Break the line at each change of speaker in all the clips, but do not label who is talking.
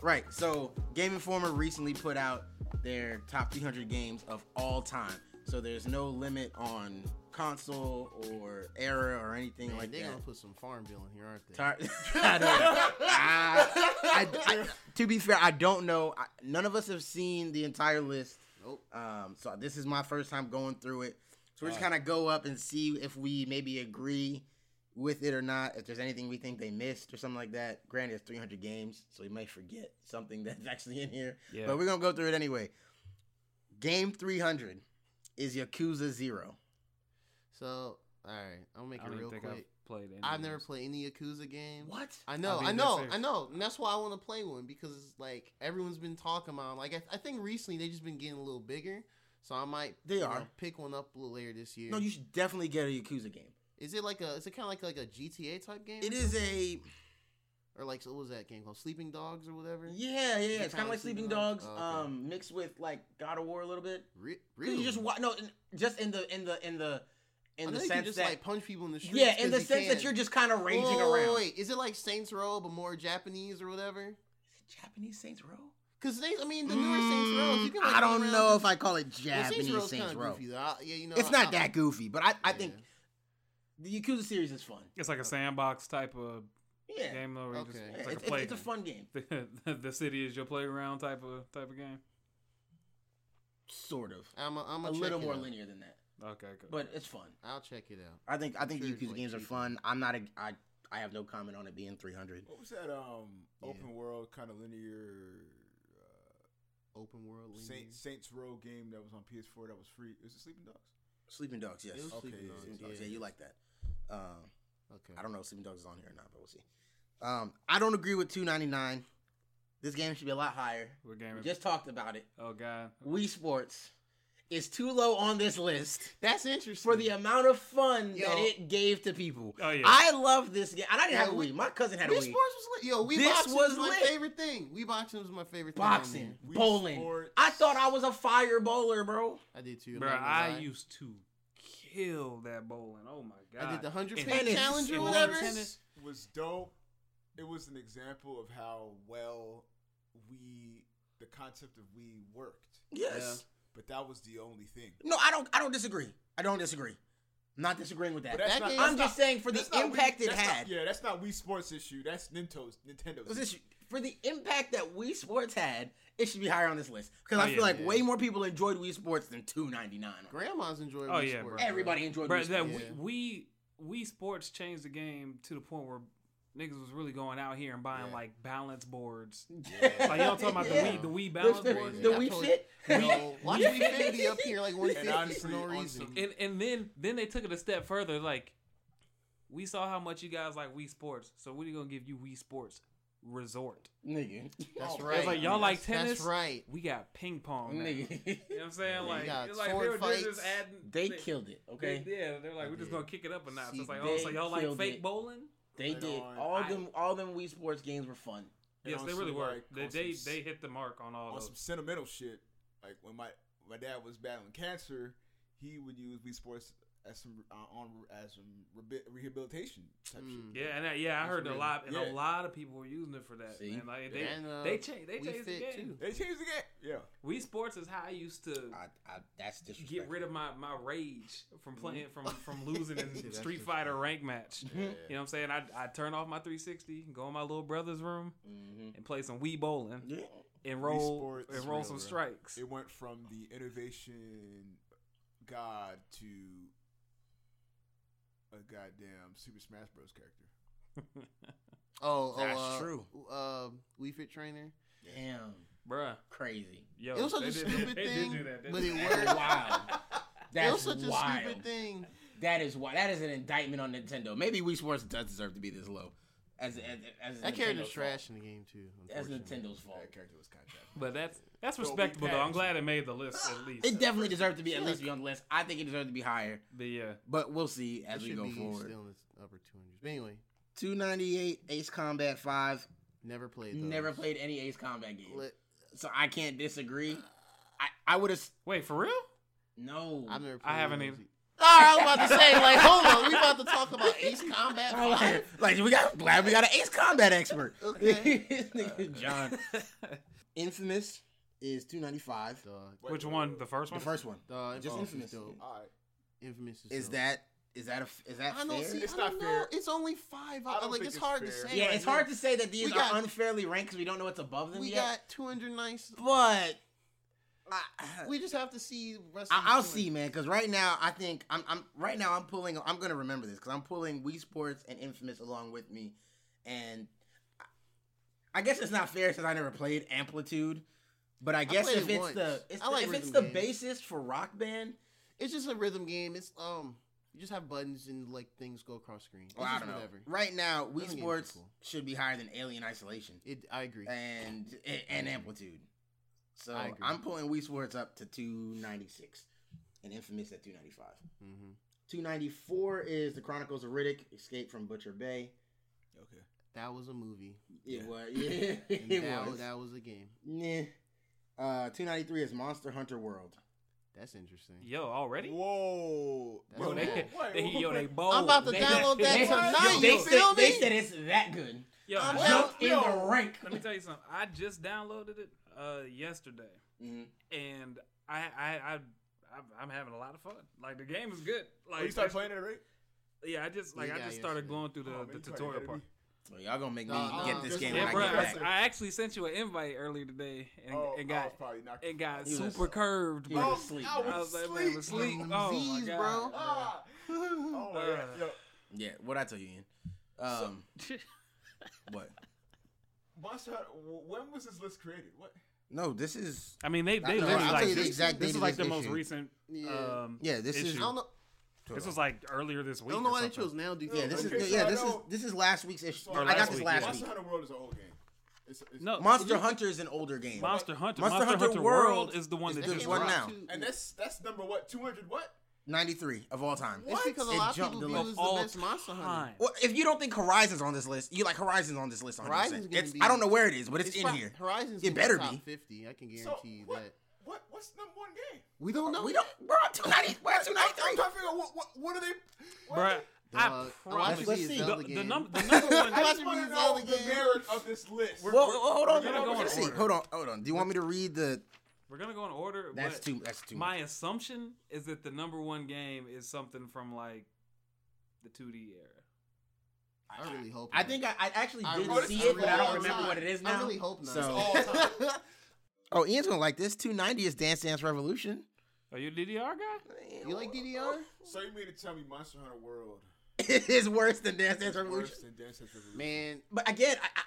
Right. So Game Informer recently put out their top 300 games of all time. So there's no limit on console or era or anything
Man,
like
they
that.
gonna put some Farmville in here, aren't they?
Tar- I don't know. I- I- I- to be fair, I don't know. I, none of us have seen the entire list.
Nope.
Um, so this is my first time going through it. So we're just
Alright.
kind of go up and see if we maybe agree with it or not. If there's anything we think they missed or something like that. Granted, it's 300 games, so we might forget something that's actually in here.
Yeah.
But we're gonna go through it anyway. Game 300 is Yakuza Zero.
So, all right, I'll make
I
it
don't
real
think
quick. I've,
I've played any. of
never
those.
played any Yakuza game.
What?
I know,
mean,
I know,
that's fair.
I know. And that's why I want to play one because like everyone's been talking about. Like I, I think recently they just been getting a little bigger, so I might
They
you know,
are.
pick one up a little later this year.
No, you should definitely get a Yakuza game.
is it like a? Is it kind of like like a GTA type game?
It is a
or like so what was that game called? Sleeping Dogs or whatever.
yeah, yeah, yeah. It's
kinda
kind of
like
like Sleeping
Sleeping
Dogs,
Dogs? Oh, okay.
um, mixed with like God of War a little bit.
Re-
'Cause
really?
You just wa- no, in, just in the in the in the
I
in the
know you can
sense
just
that
like punch people in the street.
yeah, in the sense that you're just kind of ranging around.
Wait, is it like Saints Row but more Japanese or whatever?
Japanese Saints Row.
Because they, I mean, the newer Saints Row, you can. Like,
Mm, I
go
don't
around
know
and-
if I call it
Well,
Japanese
Row's
Saints
kinda
Row.
goofy, though. I- yeah, you know,
It's
I-
not
I-
that goofy, but I, I think the
Yeah.
Yakuza series is fun.
It's like a sandbox type of
Yeah,
game though. Where you just,
Okay.
Yeah, it's,
it's like
it's-
a play.
it's a fun game,
the, the city is your playground type of type of game.
sort of.
I'm a, I'm
a little more
linear.
linear than that,
Okay, cool.
but it's fun.
I'll check it out.
I think I think
Sure,
Yakuza
like,
games are
cheap.
fun. I'm not a I I have no comment on it being 300.
What was that? Um,
Yeah.
open world kind of linear uh,
Open world. Linear.
Saint, Saints Row game that was on PS4 that was free. Is it Sleeping Dogs?
Sleeping Dogs, yes.
It was
Okay,
Sleeping
yeah,
Dogs,
Sleeping
yeah.
Dogs, yeah, you like that. Um,
Okay.
I don't know if Sleeping Dogs is on here or not, but we'll see. Um, I don't agree with 299. This game should be a lot higher.
What game?
We
is-
just talked about it.
oh god.
Wii Sports is too low on this list
That's interesting.
for the amount of fun that
Hmm. Yo.
it gave to people.
Oh yeah.
I love this game. And I didn't
Yeah,
have a
we-
Wii. My cousin had a
Wii
Wii.
Sports was lit. Yo, Wii
This
boxing
was
was my
lit.
favorite thing. Wee boxing was my favorite thing. on
Boxing,
there.
Wii
bowling.
Sports.
I thought I was a fire bowler, bro.
I did too. I'm
Bro,
not gonna
I
lie.
used to kill that bowling. Oh my god.
I did the hundred
And
pin
tennis.
challenge or
And
whatever.
tennis.
was dope. It was an example of how well we the concept of we worked.
Yes.
But that was the only thing.
No, I don't. I don't disagree. I don't disagree. I'm not disagreeing with that.
But that's
That
not,
game-
that's
I'm
not-
just saying for the
that's not
impact
Wii-
it
that's not-
had.
yeah, that's not Wii Sports issue. That's Nintendo's Nintendo's.
Was this- for the impact that Wii Sports had, it should be higher on this list because
Oh,
I feel
yeah,
like
yeah.
way more people enjoyed Wii Sports than 2.99.
Grandma's enjoying.
Oh,
Wii
yeah,
Sports,
bro.
bro.
Everybody enjoyed
Bro,
Wii
that
Sports.
Yeah.
we we sports changed the game to the point where niggas was really going out here and buying
Yeah.
like balance boards.
Yeah.
Like y'all talking about
Yeah.
the Wii the Wii
The-
balance
the,
boards.
the
Yeah, I
Wii
totally-
Fit.
Yo, Why
Yeah.
should Wii Fit be up here like one
And
fifty for
honestly,
no
on
reason?
some-
And and then then they took it a step further. Like we saw how much you guys like Wii Sports, so we're gonna give you Wii Sports Resort.
Nigga.
That's
Oh,
right.
It's like y'all like
That's-
tennis.
That's right.
We got ping pong. Now. You
Nigga.
know what I'm saying?
We
Like,
got
it's like
sword
they were they're
fights.
just adding.
They killed it,
They,
okay?
yeah, they're like
They
we're
did.
just gonna kick it up a notch.
See,
It's like oh, so
they
y'all like
killed
fake
it.
bowling?
They
Right
did.
on.
All
I-
them all them Wii Sports games were fun.
And
yes,
on
they really
some,
were.
like,
they
on
they,
some-
they hit the mark on all
on
those.
some sentimental shit. Like when my my dad was battling cancer, he would use Wii Sports as some uh, on as some rebi rehabilitation type
Mm.
shit.
yeah, and that, yeah, I
That's
heard a
real.
lot, and
Yeah.
a lot of people were using it for that.
See?
Man. Like, they
And, uh,
they changed they
Wii
changed the
Fit,
game.
too.
They changed the game.
Wii Sports is how I used to
I, I, that's
get
disrespectful.
rid of my, my rage from playing from from losing
Mm-hmm. Yeah,
in
that's
Street
just-
Fighter rank match.
Yeah.
You know what I'm saying? I I turn off my 360, go in my little brother's room,
Mhm.
and play some Wii bowling,
Yeah.
and roll
Sports
and
is
roll
real,
some
bro.
strikes.
It went from the innovation god to a goddamn Super Smash Bros. character.
Oh,
That's
oh, uh,
true.
Uh, Wii Fit trainer.
Damn.
Bruh,
Crazy.
yo,
it was such
they
a
did-
stupid
they did
thing,
do that, didn't
but
they?
it worked.
wow. That's
it was such
wild.
a stupid thing.
That is why. That is an indictment on Nintendo. Maybe Wii Sports does deserve to be this low. As as, as
That
Nintendo's
character's
fault.
trash in the game too.
That's
unfortunately.
Nintendo's fault.
That character was contract.
But that's that's
So we
respectable though. I'm
passed.
glad it made the list at least.
It definitely deserved to be at least be on the list. I think it deserved to be higher,
But yeah,
but we'll see as
It
we
should
go
be
forward.
still in its upper two hundreds. But anyway,
298 Ace Combat 5.
never played. Those.
Never played any Ace Combat game.
Let-
So I can't disagree. I, I would have.
wait for real?
No.
I've never. Played
I haven't
those.
either.
All right, I was about to say like, hold on, we about to talk about Ace Combat Five.
like we got glad we got an Ace Combat expert.
Okay.
Nigga, John. Infamous is two ninety five.
Dog,
Wait,
Which
wait,
one?
wait,
The
wait.
first
The
one.
first one.
dog,
Just Infamous.
Infamous is dope.
All right.
Infamous is,
Is
dope.
that is that a is that
I don't
fair?
see.
It's
I don't
not
know.
fair.
It's only five.
I
I
don't
like
think
it's
it's
hard to
fair.
say.
yeah,
right
it's hard
now.
to say that these
We
are
got-
unfairly ranked because we don't know what's above them
We
yet.
got 209. s-
but I,
We just have to see. the Rest of
I,
the
I'll
joint.
see, man. Because right now, I think I'm, I'm right now. I'm pulling. I'm gonna remember this because I'm pulling Wii Sports and Infamous along with me, and I- I guess it's not fair since I never played Amplitude. But I guess
played
if
it
it's the
once.
it's
I
the-
like
if it's
rhythm
the
games.
basis for Rock Band,
It's just a rhythm game. It's um, you just have buttons and like things go across screen. It's
well, I
just
don't know.
whatever.
Right now,
Rhythm
Wii
games are
Sports
cool.
should be higher than Alien Isolation
It. I agree.
and and Amplitude. So
I agree.
I'm pulling Wii Sports up to 296, and Infamous at 295.
hmm
294 is the Chronicles of Riddick: Escape from Butcher Bay.
Okay.
That was a movie.
It
Yeah.
was. Yeah,
And
it
that,
was.
that was a game.
Yeah. Uh, 293 is Monster Hunter World.
That's interesting.
Yo, already?
Whoa.
That's
Bro,
Whoa,
they,
whoa,
they,
whoa,
yo,
whoa.
they bold.
I'm about to
They-
download that
they-
tonight,
they,
you
said,
feel
they
me?
said it's that good.
Yo,
I'm
yo,
down-
Jump in the rank.
let me tell you something. I just downloaded it uh, yesterday,
Mhm.
and I, I, I, I'm- I'm having a lot of fun. Like the game is good. Like
Oh, you started
it's-
playing it, right?
Yeah, I just like
Yeah,
I just started
yesterday.
going through the,
Oh, man,
the
you probably
tutorial
better
part.
Well, y'all gonna make me
Nah,
get
nah,
this
just-
game
Yeah,
when
bro,
I get
I,
back.
I actually sent you an invite earlier today, and,
oh,
and
I
got
was probably not.
it got
You was-
super curved.
you
bro.
was-
Oh,
asleep,
I
bro.
was
I was like, man, it was
asleep.
sleep. Oh my
Z's,
god,
bro.
Ah. Oh my god.
Uh.
Yo,
Yeah, what I tell you, Ian? Um, what?
Monster Hunter, wh- when was this list created? What?
No, this is.
I mean, they
I
they
know,
literally
I'll
like
tell you the
this,
exact
this
date
is
of
like
this
the most
issue.
recent.
Yeah.
Um,
Yeah, this is.
I don't know.
This was like earlier this
I
week.
don't know
or
why they
something.
chose now. Dude.
Yeah, this
Okay,
is.
so
Yeah,
I
this is.
know-
This is last week's issue.
Or
I
last
got this
week,
last
yeah.
week.
Monster Hunter World is an old game. It's, it's,
No,
Monster Hunter is an older game.
Monster Hunter.
Monster
Monster,
Hunter
Hunter, World,
World
is the one
is
that
the
just
one
dropped.
now.
and that's that's number what? Two hundred what?
93 of all time.
It's because a
It
lot of
jumped
people
the
view it
list.
as
All
the best Monster Hunter.
Fine.
Well, if you don't think Horizon's on this list, you like Horizon's on this list. 100%.
Horizon's gonna
it's,
be-
I don't know where it is, but it's, in
prob-
here.
Horizon's
It
gonna
better
top
be.
50. I can guarantee
So
you
what,
that.
what? What's number one game?
We don't know.
We don't. We're on 290. We're at
I'm, I'm
293.
trying to figure out what what, what are they? What
Bruh, I
Dog, I watched
promise.
Let's
you
see.
see
The,
Zelda
the,
game.
num- the number one.
I
Watch
just
me
want to
use
know
all the
the
games.
merit of this list.
We're-
Well, well, hold on.
gonna
hold
go
on,
in
let's see.
order.
Hold on. Hold on. Do you want me to read the?
We're gonna go in order.
That's
but
too. That's too.
My
much.
assumption is that the number one game is something from like the 2D era.
I really hope.
I
not.
think I, I actually
I
did
really-
see
I
it, but I
really
don't
hope
remember
not.
what it is
I
now.
really hope not.
So-
all time.
oh, Ian's gonna like this. 290 is Dance Dance Revolution.
Are you a DDR guy?
you like DDR?
Oh,
so you mean to tell me Monster Hunter World
it is worse than Dance Dance
is
Revolution.
worse than Dance Dance Revolution?
Man,
But again, I, I,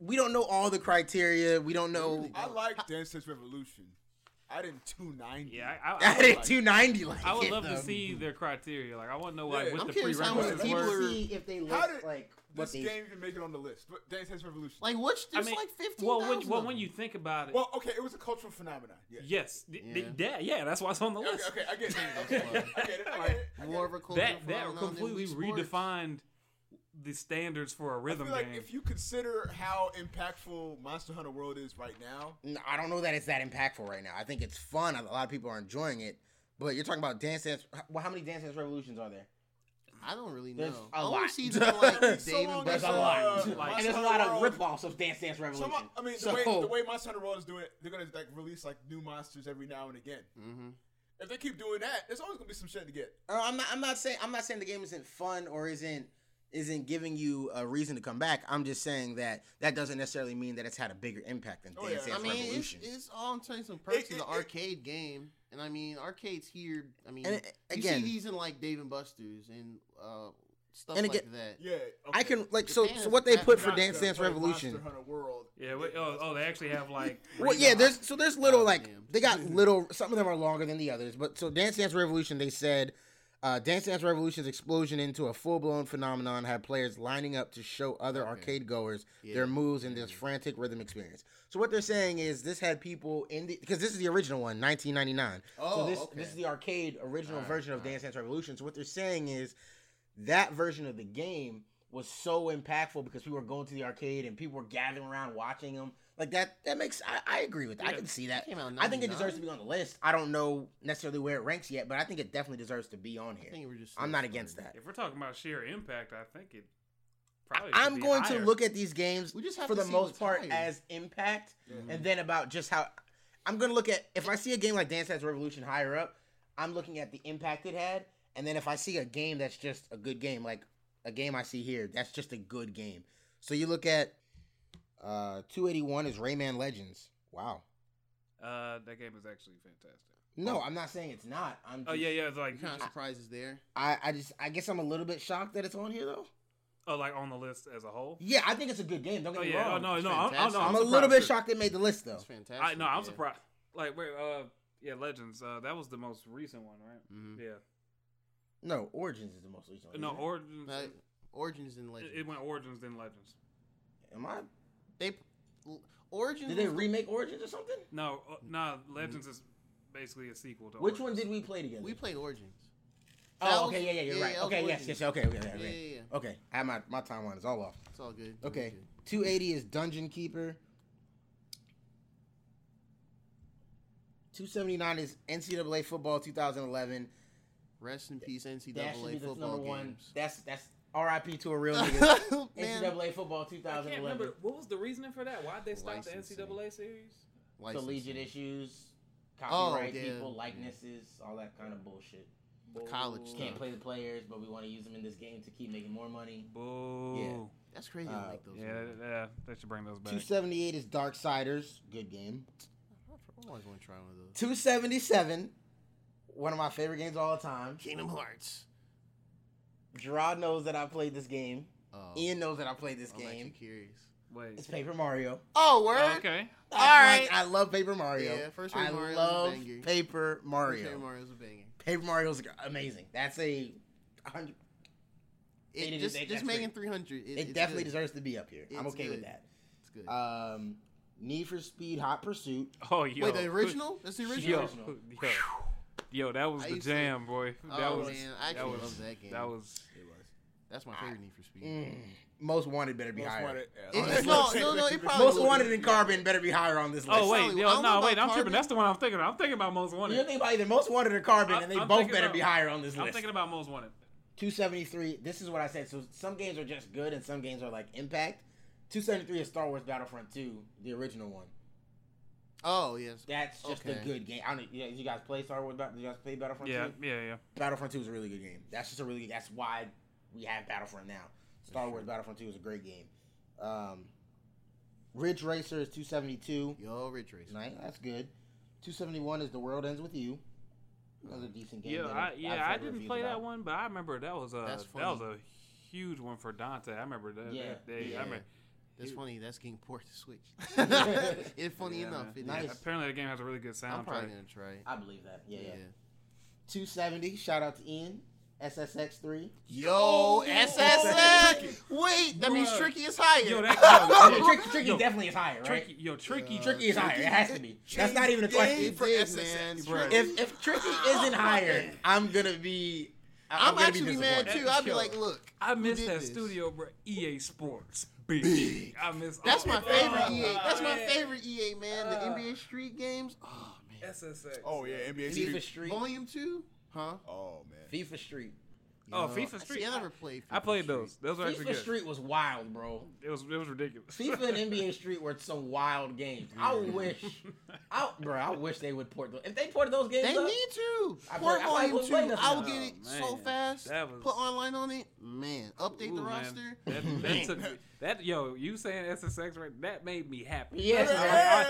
we don't know all the criteria. We don't know.
Really?
I like Dance Dance Revolution. I didn't two ninety.
Yeah, I, I,
I
I,
did 290. Like
I would
it,
love to
though.
see their criteria. Like, I want to know
Yeah,
like what
I'm
the
curious how much
prerequisites
people
were.
are-
see if they
How
list
did
like what
this
they.
game even make it on the list? But Dance Dance Revolution.
like what's
I
there's
mean,
like 15.
well, when, well, when you think about it,
well, okay, it was a cultural phenomenon. Yeah.
yes, th- th-
Yeah.
yeah. yeah, that's why it's on the
Okay,
list.
okay, I get it. Okay, I get it. I get it. I get it. I get
more
it.
of a cultural
That that
phenomenon than
completely
Wii Sports.
redefined the standards for a
I
rhythm
feel like
game.
if you consider how impactful Monster Hunter World is right now,
No, I don't know that it's that impactful right now. I think it's fun. A lot of people are enjoying it. But you're talking about Dance Dance. Well, how many Dance Dance Revolutions are there?
I don't really know.
There's a
I only
lot.
see them like Dave
So long
and
There's
as,
a lot.
Buster's.
Uh,
like-
and there's a lot of rip-offs of Dance Dance Revolution.
some, I mean, the,
So-
way, the way Monster Hunter World is doing it, they're gonna like release like new monsters every now and again.
Mhm.
If they keep doing that, there's always gonna be some shit to get.
Uh, I'm not. I'm not saying. I'm not saying the game isn't fun or isn't isn't giving you a reason to come back. I'm just saying that that doesn't necessarily mean that it's had a bigger impact than
Oh,
Dance
yeah.
Dance
I mean, it's,
Revolution.
it's all I'm telling you. Some perks
It-
is
it-
an
it-
arcade game, and I mean, arcades here. I mean,
and uh, again,
you see these in like Dave and Buster's and uh, stuff
And
like
again-
that.
Yeah,
I
okay.
can like so.
Japan
So
is
what they
back-
put for
Not
Dance
the
Dance
play
Revolution.
Monster Hunter World.
yeah, wait, oh, oh, they actually have like.
Well, yeah, there's so there's little like
Goddamn.
they got little. Some of them are longer than the others, but so Dance Dance Revolution. They said uh, Dance Dance Revolution's explosion into a full blown phenomenon had players lining up to show other
Okay.
arcade goers
Yeah. Mm-hmm.
their moves in this frantic rhythm experience. So what they're saying is this had people in the because this is the original one, 1999.
Oh,
so this
okay.
this is the arcade original
Alright,
version of
alright.
Dance Dance Revolution. So what they're saying is that version of the game was so impactful because people were going to the arcade and people were gathering around watching them. Like that that makes I, I agree with that. I
Yeah.
can see that.
Came out in
I think it
99.
deserves to be on the list. I don't know necessarily where it ranks yet, but I think it definitely deserves to be on
I
here.
think we're just.
I'm not against that.
If we're talking about sheer impact, I think it probably.
I,
should
am
be
going
higher.
to look at these games
We just have
for
to
the
see
most
what's
part
higher. Mm-hmm.
as impact,
Mhm.
and then about just how I'm going to look at if I see a game like Dance Dance Revolution higher up, I'm looking at the impact it had, and then if I see a game that's just a good game, like a game I see here, that's just a good game. So you look at uh 281 is Rayman Legends. Wow.
Uh, that game is actually fantastic.
No, I'm not saying it's not. I'm
Oh
just-
yeah, yeah. It's like
I'm kind of surprised it's there.
I, I just I guess I'm a little bit shocked that it's on here though.
oh, like on the list as a whole.
Yeah, I think it's a good game. Don't get
Oh
me
yeah.
wrong.
Oh no,
It's
no. I'm, I'm, no,
fantastic.
I'm,
I'm
a little bit
surprised.
shocked it made the list though.
It's fantastic.
I no, I'm
yeah.
surprised. Like wait, uh, yeah, Legends. Uh, that was the most recent one, right?
Mhm.
Yeah.
No, Origins Mm-hmm. Oh, is the most recent. one,
No,
isn't it?
Origins.
Like, Origins and
it,
Legends.
it went Origins then Legends.
am I?
they L- Origins.
Did they
was the-
remake Origins or something?
No, uh, nah. Legends is basically a sequel to.
Mm-hmm. Which
Origins.
one did we play together?
we played Origins. that
oh,
was-
okay, yeah, yeah, you're
yeah,
right.
yeah, that
okay,
was
yes,
Origins.
yes, okay, okay, okay.
Yeah, yeah,
okay.
yeah.
Okay, Oh, I have my my timeline is all off.
It's all good.
Okay,
It's all good.
280 is Dungeon Keeper. 279 is NCAA Football 2011.
Rest in peace,
That should be
NCAA
the
football
number one.
games.
That's that's RIP to a real nigga.
Man,
NCAA Football
I can't
2011.
remember what was the reasoning for that. Why'd they stop the
Licensing.
NCAA series?
Collegiate
licensing.
issues, copyright
yeah.
people, likenesses, all that kind of bullshit.
The college
Boo.
stuff.
Can't play the players, but we want to use them in this game to keep making more money.
Boo.
That's crazy.
Uh,
I like those.
Yeah,
movies.
that- yeah. They should bring those back.
278 is Darksiders. Good game.
I always want to try one of those.
277, one of my favorite games of all time.
Kingdom Hearts.
Gerard knows that I played this game.
Oh,
Ian knows that I played this
I'm actually
game.
curious.
Wait.
It's Paper Mario.
Oh, word.
Okay.
All
All
right,
right.
I love Paper Mario.
Yeah, first Paper
I
Mario was a
love
banger.
Paper Mario.
Paper Mario's a banger.
Paper Mario's amazing. That's a 100 They
It,
did-
just
they-
just
that's
making 300. It,
It,
it's
definitely
good.
deserves to be up here. I'm
It's
okay with
good.
that.
It's good.
Um, Need for Speed Hot Pursuit.
Oh, yo.
Wait, the original? That's the
Yo,
original.
Original.
yo, yo, that was
I
the
used to-
jam, boy. That
oh
was
man, I
that
actually
was
love that game.
that was
It was.
That's my favorite Need for Speed.
Mm, Most Wanted better be
Most
higher.
wanted- yeah,
It-
honestly,
no,
let's say
no, no, it
let's keep
probably
Most
would
Wanted
be.
and Carbon better be higher on this list.
Oh wait,
Solid. I
yo,
don't
no,
know
wait,
about
I'm tripping.
Carbon.
That's the one I'm thinking. About. I'm thinking about Most
You don't
Wanted.
think about either Most Wanted or Carbon,
I-
and they
I'm
both
thinking
better
about-
be higher on this
I'm
list.
thinking about Most Wanted.
273. This is what I said. So some games are just good, and some games are like impact. 273 is Star Wars Battlefront 2, the original one.
Oh yes.
That's just a
Okay.
good game. I don't. Yeah, you guys play Star Wars? Battle- Did you guys play Battlefront?
Yeah,
2?
yeah, yeah.
Battlefront 2 is a really good game. That's just a really that's why we have Battlefront now. Star
That's
Wars
true.
Battlefront 2 is a great game. Um, Ridge Racer is 272.
Yo, Ridge Racer.
Nice, that's good. 271 is The World Ends With You. Another decent game.
Yeah,
that
I,
I've
yeah,
heard
I didn't
reviews
play that
about.
one, but I remember that was a
That's
that was
funny.
a huge one for Dante. I remember that.
Yeah,
that day.
yeah.
I remember,
That's funny. That's getting ported to Switch. it's funny
Yeah,
enough.
man.
It is.
Nice.
Apparently, the game has a really good
I'm probably
soundtrack.
gonna try it.
I believe that. Yeah, yeah.
Yeah.
270. Shout out to Ian. SSX3.
Oh,
Yo, SSX. Wait, that means
Bruh.
tricky is higher.
Yo, that-
Oh,
yo,
Tricky,
yeah.
tricky, tricky
Yo,
definitely is higher, right? Uh,
Tricky, yo, tricky,
Tricky is higher. It has to be. That's not even a
It
question.
for
did,
SSX,
man.
bro.
If, if Tricky isn't higher, I'm gonna be. I'm,
I'm,
gonna
actually
be
mad
disappointed.
too. I'd be
Yo. Oh,
like, look,
I
who
miss
did
that
this?
studio, bro. EA Sports, big. I miss.
That's
all-
my favorite
Oh,
EA. That's my
man.
favorite EA, man. The
Uh,
NBA Street games. Oh man.
SSX.
Oh yeah, NBA
FIFA
Street.
Street.
Volume two, huh?
Oh man.
FIFA Street.
Oh,
Yo,
FIFA
I-
Street.
See, I never played.
I
FIFA
played
Street.
those. Those are actually
FIFA
good.
Street was wild, bro.
It was it was ridiculous.
FIFA and NBA Street were some wild games. I wish, I, bro, I wish they would port those. If they ported those games,
They
up,
need to.
I
Port
play- I play
Volume
with
two.
Blade
I will
Runner.
get it
Oh,
so
man.
fast.
That was-
Put online on it, man. Update
Ooh,
the
man.
roster.
That, that took me, that yo, you saying SSX right? That made me happy.
Yes,
Yeah,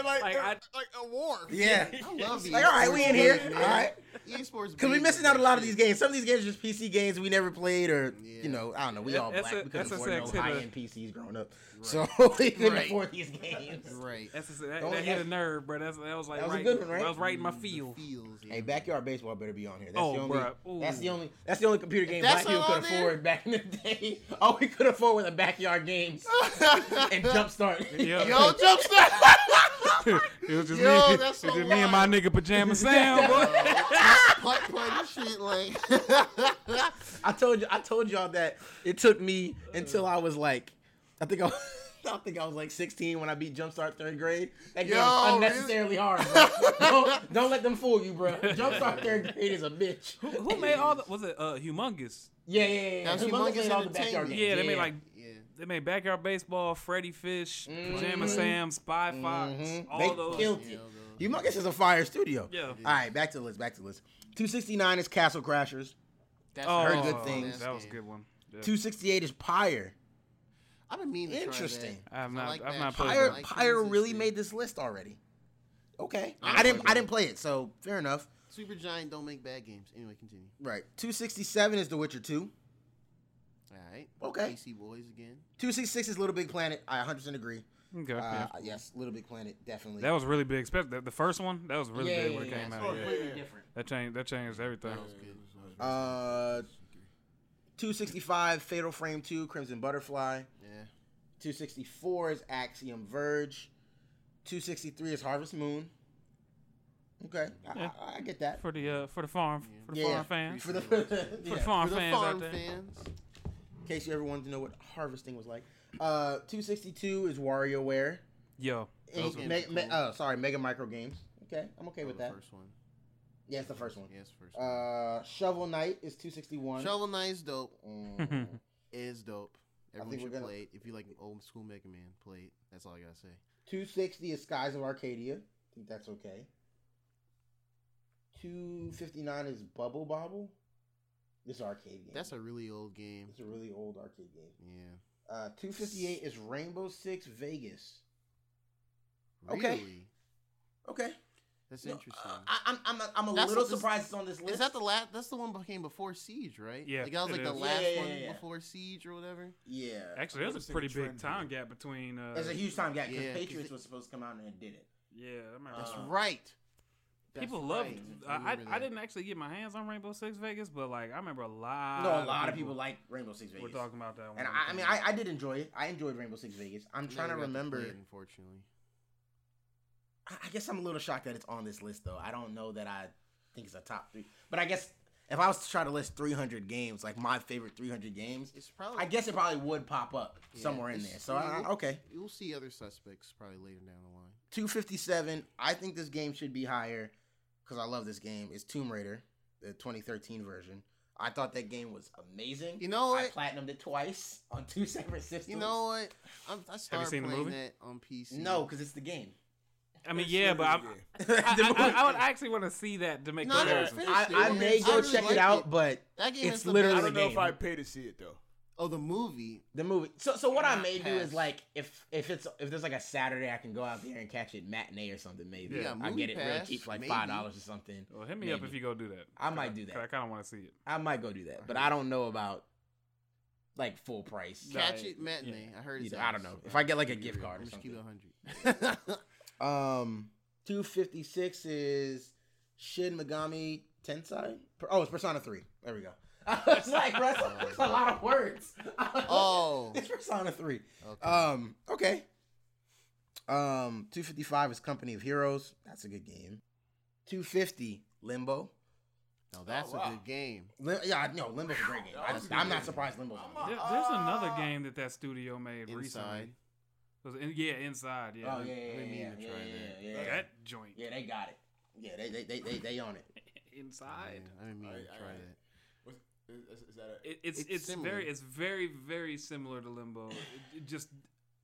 like, I, like,
like,
I,
like a war.
yeah.
I love these.
Like, all right, we in here, all
man.
right.
EA Sports.
Cause we
big
missing
for
out a
that
lot of
shit.
these games. Some of these games are just PC games we never played, or
Yeah.
you know, I don't know. We
Yeah,
all
S-
black. We couldn't afford no
SSX hit a-
high end PCs growing up, so we couldn't
Right.
afford these games.
Right.
SSX, that,
Don't
that hit a
F-
nerve, bro. That's, that was like
That was a
right,
good one, right?
I was right in my
Mm, the
field.
Feels. Yeah.
Hey, backyard baseball better be on here. That's
Oh,
the only.
bruh.
That's the
Ooh.
only. That's the only computer game
that's
black people
all
could
on there?
afford back in the day. All we could afford were the backyard games and jumpstart.
Yeah.
Yo, jumpstart.
it was just
Yo,
me,
that's
it
so
was just me and my
wild.
nigga pajama Sam, boy.
Uh, Putt putt and shit like.
I told you. I told y'all that it took me until I was like, I think I. was- GameStop think I was like 16 when I beat Jumpstart third grade. That game
Yo,
is
really?
unnecessarily hard. Bro. don't, don't let them fool you, bro. Jumpstart third grade is a bitch.
Who, who made all the? Was it uh, Humongous?
Yeah, yeah, yeah. yeah.
That's
Humongous
Humongous
played all the backyard
Entertainment.
games.
Yeah, they made like
Yeah.
they made Backyard Baseball, Freddy Fish, Pajama
Mhm.
Sam, Spy Fox,
Mhm.
all
They
those.
killed it.
Yeah, though.
Humongous is a fire studio.
yeah.
All right, back to the list. Back to the list. 269 is Castle Crashers.
That's
Oh,
heard good things.
That was a good one. Yeah.
268 is Pyre.
I've been meaning to
Interesting.
Try that.
I have not-
like
I've
that.
not played
Pyre,
that.
like
Pyre
Kansas
really
City.
made this list already. Okay,
I
I, didn't.
play
I didn't play it, so fair enough.
Super Giant don't make bad games. Anyway, continue.
Right. 267 is The Witcher 2.
All right.
Okay.
PC Boys again.
266 is Little Big Planet. I 100% agree.
Okay,
Uh,
yeah.
Yes, Little Big Planet, definitely.
That was really big. Expect the, the first one. That was really
Yeah,
big
yeah,
when it
yeah.
came
That's
out.
right. Yeah.
different.
That changed. That changed everything.
That was good.
Uh, 265, Fatal Frame 2, Crimson Butterfly.
Yeah.
264 is Axiom Verge. 263 is Harvest Moon. Okay, I,
Yeah.
I, I get that.
For the uh, for the farm for the
Yeah.
farm fans.
For the,
For the
yeah.
farm
For the
fans out
farm
there.
fans.
In case you ever wanted to know what harvesting was like. Uh, 262 is WarioWare.
Yo,
Any-
Those games
me-
are
me-
cool.
oh, sorry, Mega Micro Games. Okay, I'm okay
Oh,
with
the
that.
First one.
Yeah, it's the first one.
Yeah, it's the first one.
Uh, Shovel Knight is 261.
Shovel Knight's dope.
Mm.
Is dope.
think
Everyone
we're
should
gonna-
play it. If you like old school Mega Man, play it. That's all I gotta say.
260 is Skies of Arcadia. I think that's okay. 259 is Bubble Bobble. This is an arcade game.
That's a really old game.
it's a really old arcade game.
Yeah.
Uh, 258 is Rainbow Six Vegas.
Really?
Okay. Okay.
That's
No,
interesting.
uh, I, I'm, I'm, a, I'm a
That's
little
what this-
surprised it's on this list.
is that the last? That's the one that came before Siege, right?
Yeah,
Like that was
it
like the
is.
last
Yeah, yeah,
one
yeah, yeah.
before Siege or whatever.
yeah.
actually, there's
Noticing
a
a
pretty big
trend
time
here.
gap between. Uh,
There's a huge time gap because
yeah, 'cause
Patriots
it-
was supposed to come out and it did it.
Yeah, I remember.
That's
Uh,
right. That's
People
right.
loved. I,
remember
I, I
that.
didn't actually get my hands on Rainbow Six Vegas, but like I remember a
Ah,
lot.
no, a lot of people like Rainbow Six
were
Vegas.
talking about that one.
And I, I mean, I, I did enjoy it. I enjoyed Rainbow Six Vegas. I'm
I
trying to
never Oh, got play
remember.
it, unfortunately.
I I guess I'm a little shocked that it's on this list, though. I don't know that I think it's a top three. But I guess if I was to try to list 300 games, like my favorite 300 games,
It's probably.
I guess it probably would pop up
Yeah,
somewhere in
it's-
there. So, I, I-
you'll-
okay.
You'll see other suspects probably later down the line.
257. I think this game should be higher because I love this game. It's Tomb Raider, the 2013 version. I thought that game was amazing.
You know
I
what?
platinumed it twice on two separate systems.
You know what? I'm, I started
seen the
playing
movie?
that on PC.
No, because it's the game.
I mean, yeah, but I'm,
The
I, I,
movie-
I, I would actually want to see that to make
No, no,
comparisons.
finish
I,
it.
I may go
I really
check it
liked
out, but
That game
It's
is the
literally
I
best.
the
don't know
game.
if I pay to see it though.
Oh, the movie.
the movie. So, so what I may do is
Pass.
like if if it's if there's like a Saturday, I can go out there and catch it matinee or something. Maybe
Yeah,
I
movie
get it real
pass,
cheap, for like
maybe.
five dollars or something.
Well, hit me up
Maybe.
if you go do that.
I might
'Cause
do that.
'cause I kind of want to see it.
I might go do that, but I don't know about like full price.
No,
Catch
yeah,
it matinee. I heard. it's
Either. I don't know. If I get, like, a gift card or
I'm just keep it
something.
100.
Um, two fifty six is Shin Megami Tensei. Per- Oh, it's Persona three. There we go. I was like, bro, that's- that's a lot of words.
oh.
it's Persona three.
Okay.
Um, okay. Um, two fifty five is Company of Heroes. That's a good game. Two fifty Limbo.
now that's
oh, wow.
a good game.
Lim- yeah, I- no, Limbo's a great game. I,
That's a
I'm
good
not
game.
surprised Limbo's.
I'm
on
not-
here.
There, there's another
Ah.
game that that studio made
Inside.
recently. Was in, yeah, inside. Yeah.
Oh yeah, yeah,
We
yeah,
mean to
yeah,
try
yeah,
that.
yeah, yeah.
That joint.
Yeah, they got it. Yeah, they they they they, they on it.
Inside.
Yeah, I didn't mean
I-
to
I-
try that.
What's- is- is- is that a-
It, it's
It's
it's
similar.
very it's very very similar to Limbo. It, it just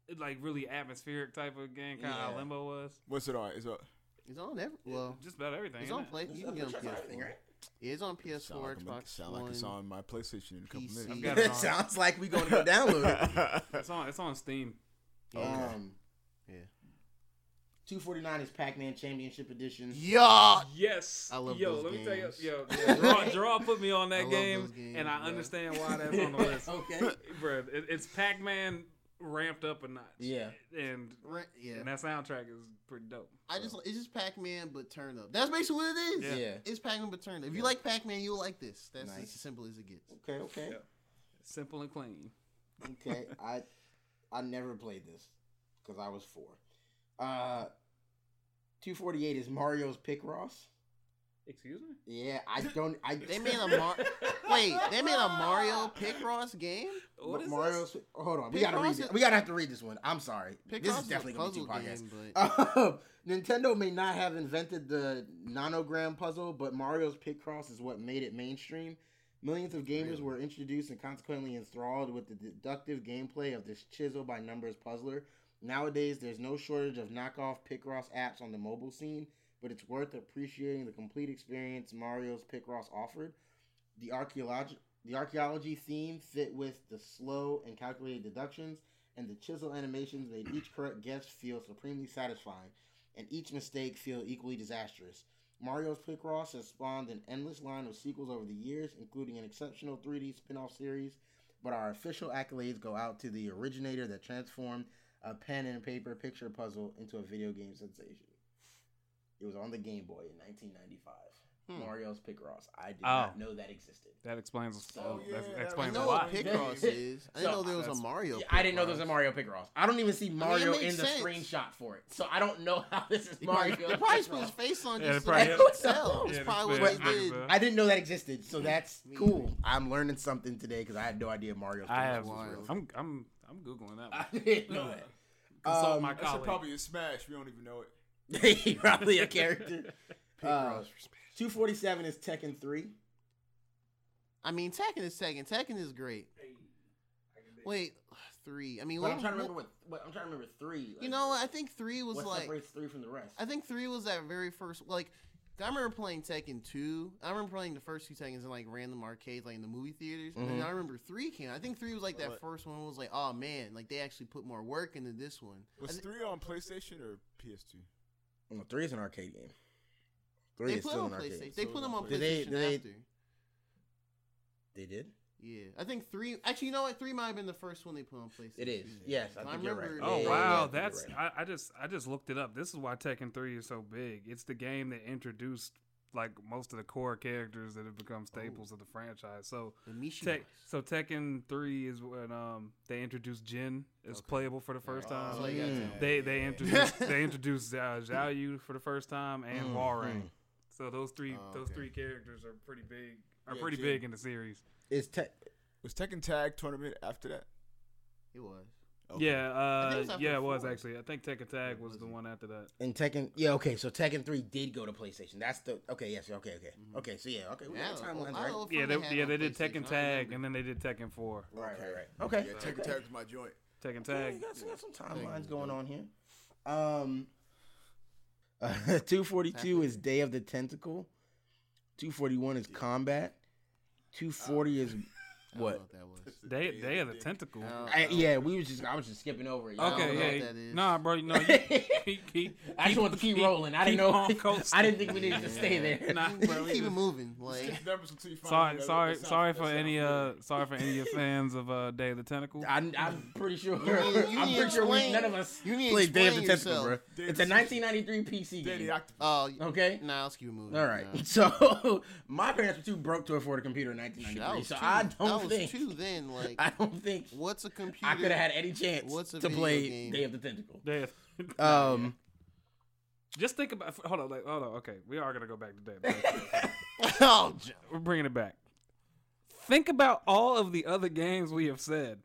it, like really atmospheric type of game, kind of how
Yeah.
Limbo was.
What's it on? Is it?
It's on every. Well,
just about everything.
it's
isn't
on
it?
play. You can get on PS4. Yeah, It's on PS4,
sound like I'm-
Xbox
sound
One.
like it's on my PlayStation in a couple
PC.
minutes.
I've got it
it
on.
sounds like we gonna go download
It's on. It's on Steam.
it.
Yeah.
Um,
Yeah.
249 is Pac-Man Championship Edition.
Yeah.
Yes.
Uh, I love
yo,
those
let me tell you.
games.
Yo, yeah, Draw,
Right?
Draw put me on
I
that
love
game,
those games,
and I
bro.
understand why that's on the list,
okay.
bro. It, it's Pac Man ramped up a notch.
Yeah.
and
Right, yeah.
and that soundtrack is pretty dope.
I just it's just Pac Man but turn up. That's basically what it is.
Yeah.
Yeah.
It's Pac Man but turn up. If you
Yeah.
like Pac Man, you'll like this. That's
Nice.
as simple as it gets.
Okay. Okay.
Yeah. simple and clean.
Okay. I I never played this because I was four. Uh, 248 is Mario's Pick Ross.
Excuse me.
Yeah, I don't. I
They made a Mar- Wait, they made a Mario Picross game?
What is
Mario.
this?
Swi- hold on, we
Pick
gotta read
Ross
this.
is-
We gotta have to read this one. I'm sorry.
Picross
this is definitely gonna be two
puzzle
podcasts.
game, but
Um, Nintendo may not have invented the nanogram puzzle, but Mario's Picross is what made it mainstream. Millions of gamers
Really?
were introduced and consequently enthralled with the deductive gameplay of this chisel by numbers puzzler. Nowadays, there's no shortage of knockoff Picross apps on the mobile scene, but it's worth appreciating the complete experience Mario's Picross offered. The archaeology the archaeology theme fit with the slow and calculated deductions, and the chisel animations made each correct guess feel supremely satisfying, and each mistake feel equally disastrous. Mario's Picross has spawned an endless line of sequels over the years, including an exceptional 3D spin-off series, but our official accolades go out to the originator that transformed a pen and paper picture puzzle into a video game sensation. It was on the Game Boy in 1995.
Hmm.
Mario's Picross. I did
Oh.
not know that existed.
That explains. uh,
Oh,
yeah,
that
that
I
explains
was-
a
know
lot.
what
Pick-
Picross is. I
So-
didn't know there was a
That's-
Mario.
Yeah, I didn't know there was a
Picross.
Mario Picross. I don't even see Mario
makes
in the
sense.
screenshot for it, so I don't know how this is
They probably-
Mario.
They probably just put
Picross.
his face on
Yeah,
just so
they
they
probably-
could tell.
Yeah,
That's
they
probably
put
what
his
they
face
did.
on.
I didn't know that existed, so that's
Me
cool. Mm. I'm learning something today because I had no idea Mario.
I
Picross
have.
was real.
I'm I'm I'm googling that. One.
I didn't know that.
Consult
Um,
my
That's a-
colleague.
probably a smash. We don't even know it.
He's probably a character. Uh, 247 is Tekken 3.
I mean, Tekken is Tekken. Tekken is great. Wait, three. I mean,
But
what,
I'm trying to
what-
remember what, what I'm trying to remember three.
you
like,
know, what? I think three was
what
like.
separates three from the rest.
I think three was that very first. Like, I remember playing Tekken two. I remember playing the first two Tekkens in like random arcades, like in the movie theaters. And
Mhm.
then I remember three came. out. I think three was like that
What?
first one was like, oh man, like they actually put more work into this one. I
Was
thi-
three on PlayStation or PS2?
Well, three is an arcade game. Three
they
is
put
still
them on
an arcade.
PlayStation. They
So
put them on
did
they-
PlayStation
did they-
after.
They did.
Yeah, I think three. Actually, you know what? Three might have been the first one they put on PlayStation.
It is.
Yeah.
Yes, I
I
think you're
remember
right.
it.
Oh
Yeah,
wow,
I think you're
that's
right.
I, I just I just looked it up. This is why Tekken Three is so big. It's the game that introduced like most of the core characters that have become staples of the franchise. So
The Mishi
Tek,
ones.
so Tekken Three is when um they introduced Jin as
Okay.
playable for the first
Oh,
time.
So you gotta
Mm.
tell me.
They they introduced they introduced uh, Zhao Yu for the first time and
Mm,
Walrein.
mm.
So those three
Oh,
those
okay.
three characters are pretty big are
Yeah,
pretty
Jin.
big in the series.
Is Tek
Was Tekken Tag Tournament after that?
It was.
Okay.
Yeah,
think it
uh,
was after
yeah, it was
four.
actually. I think Tekken Tag was
was
the
it?
one after that.
And Tekken, yeah, okay. So Tekken three did go to PlayStation. That's the okay. Yes, okay, okay,
Mhm.
okay. So yeah, okay. We
Yeah,
got timelines,
I
right?
don't know if
Yeah,
I
they,
had
yeah,
on
they did
PlayStation. I
Tekken
don't
Tag,
remember.
and then they did Tekken Four.
Right, right, right. Okay.
Yeah, Tekken Tag was my joint.
Tekken
Yeah,
Tag.
you got, you got some
Tag.
timelines going on here. Um, two forty two is Day of the Tentacle. Two forty one is Combat. Two forty
Oh.
is
I don't know
what?
what that was.
Day, Day of the
Dick.
Tentacle.
No.
I, yeah, we was just I was just skipping over it. y'all.
Oh. I don't know
okay,
what
yeah.
that is.
Nah, bro, no. You, keep, keep,
I just want to keep rolling. I didn't
keep
know.
on coasting.
I didn't think we needed to stay there.
Nah,
You
bro,
keep it moving. Like
Skip numbers until you find
sorry,
another-
sorry,
that sounds-
sorry
that
for
sounds
any uh,
familiar.
sorry for any of your fans of uh, Day of the Tentacle.
I'm, I'm pretty sure.
need- you
I'm
need
pretty sure we,
explain-
none of us
you need to
played Day of the
explain
Tentacle,
yourself.
bro.
Day of
It's
the
a 1993 PC
Danny
game.
Octopus.
Oh, y-
Okay.
nah, let's keep it moving.
All right.
Nah.
So my parents were too broke to afford a computer in
Shit,
1993.
That was
So
two.
I
that
don't
was
think
two then. Like,
I don't think
what's a computer?
I could have had any chance
What's a
to
video
play
game?
Day of the Tentacle.
Day of,
Um,
just think about. Hold on, like, hold on. Okay, we are gonna go back to Day. Of the Tentacle.
oh, j-
We're bringing it back. Think about all of the other games we have said,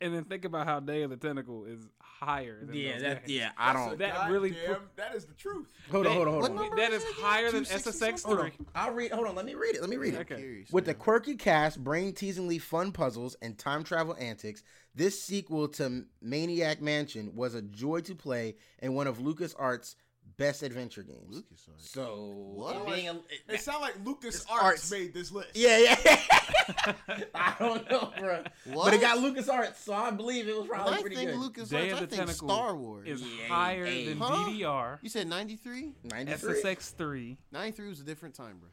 and then think about how Day of the Tentacle is higher. Than
yeah,
those
that,
games.
yeah. I
That's a
don't.
that really
goddamn- that is the truth.
hold on,
that-
hold on,
what
hold on.
number
That
is
is
it again?
higher than
260
SSX
something?
Hold
three.
on. I'll read. Hold on. Let me read it. Let me read it.
Okay.
Curious,
With a
man.
quirky cast, brain teasingly fun puzzles, and time travel antics, this sequel to Maniac Mansion was a joy to play and one of LucasArts' best adventure games.
LucasArts.
So,
What?
it being a,
It sounds like Lucas
Arts.
Arts made this list.
yeah, yeah. I don't know, bro. But
What?
it got LucasArts, so I believe it was
When
probably
I
pretty
think
good.
Lucas
Day of
I
the
think
Tentacle
Star Wars.
is
Yeah,
higher
hey.
than
Huh?
DDR.
You said 93?
93.
SSX three.
93 was a different time, bro.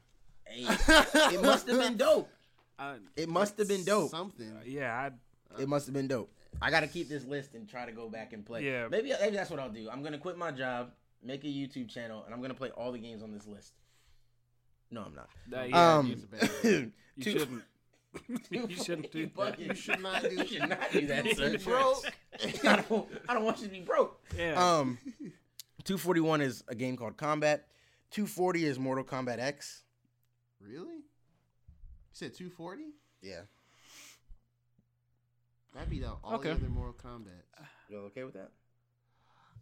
Hey, it must have been dope.
Uh,
It must have been dope.
Something.
yeah,
It must have been dope. I gotta keep this list and try to go back and play.
Yeah.
Maybe maybe that's what I'll do. I'm gonna quit my job, make a YouTube channel, and I'm gonna play all the games on this list. No, I'm not.
I, uh, yeah
um,
you, you
two-
shouldn't. you shouldn't do that.
You should not do-
you should not do that,
You
sir.
broke.
I don't, I don't want you to be broke.
Yeah.
Um, 241 is a game called Combat. 240 is Mortal Kombat X.
Really? You said 240?
Yeah.
That beat out all
Okay.
the other Mortal Kombat.
You all okay with that?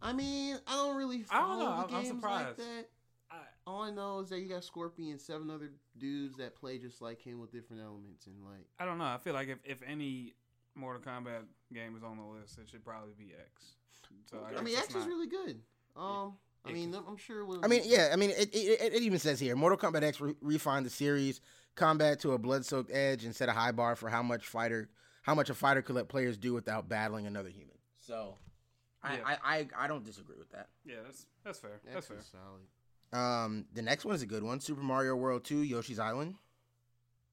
I mean, I don't really
I don't
follow
know.
the
I'm- I'm
games like
surprised.
that.
I-
All I know is that you got Scorpion and seven other dudes that play just like him with different elements and like
I don't know. I feel like if, if any Mortal Kombat game is on the list, it should probably be X. So
I
guess
mean,
it's
X is
not-
really good. Um, I
It
mean,
can-
I'm sure. When,
I mean, yeah. I mean, it, it, it- it even says here Mortal Kombat X re- refined the series combat to a blood soaked edge and set a high bar for how much fighter how much a fighter could let players do without battling another human. So, I
Yeah.
I, I I don't disagree with that.
Yeah, that's that's fair.
X
that's
is
fair.
solid.
Um, the next one is a good one. Super Mario World Two, Yoshi's Island.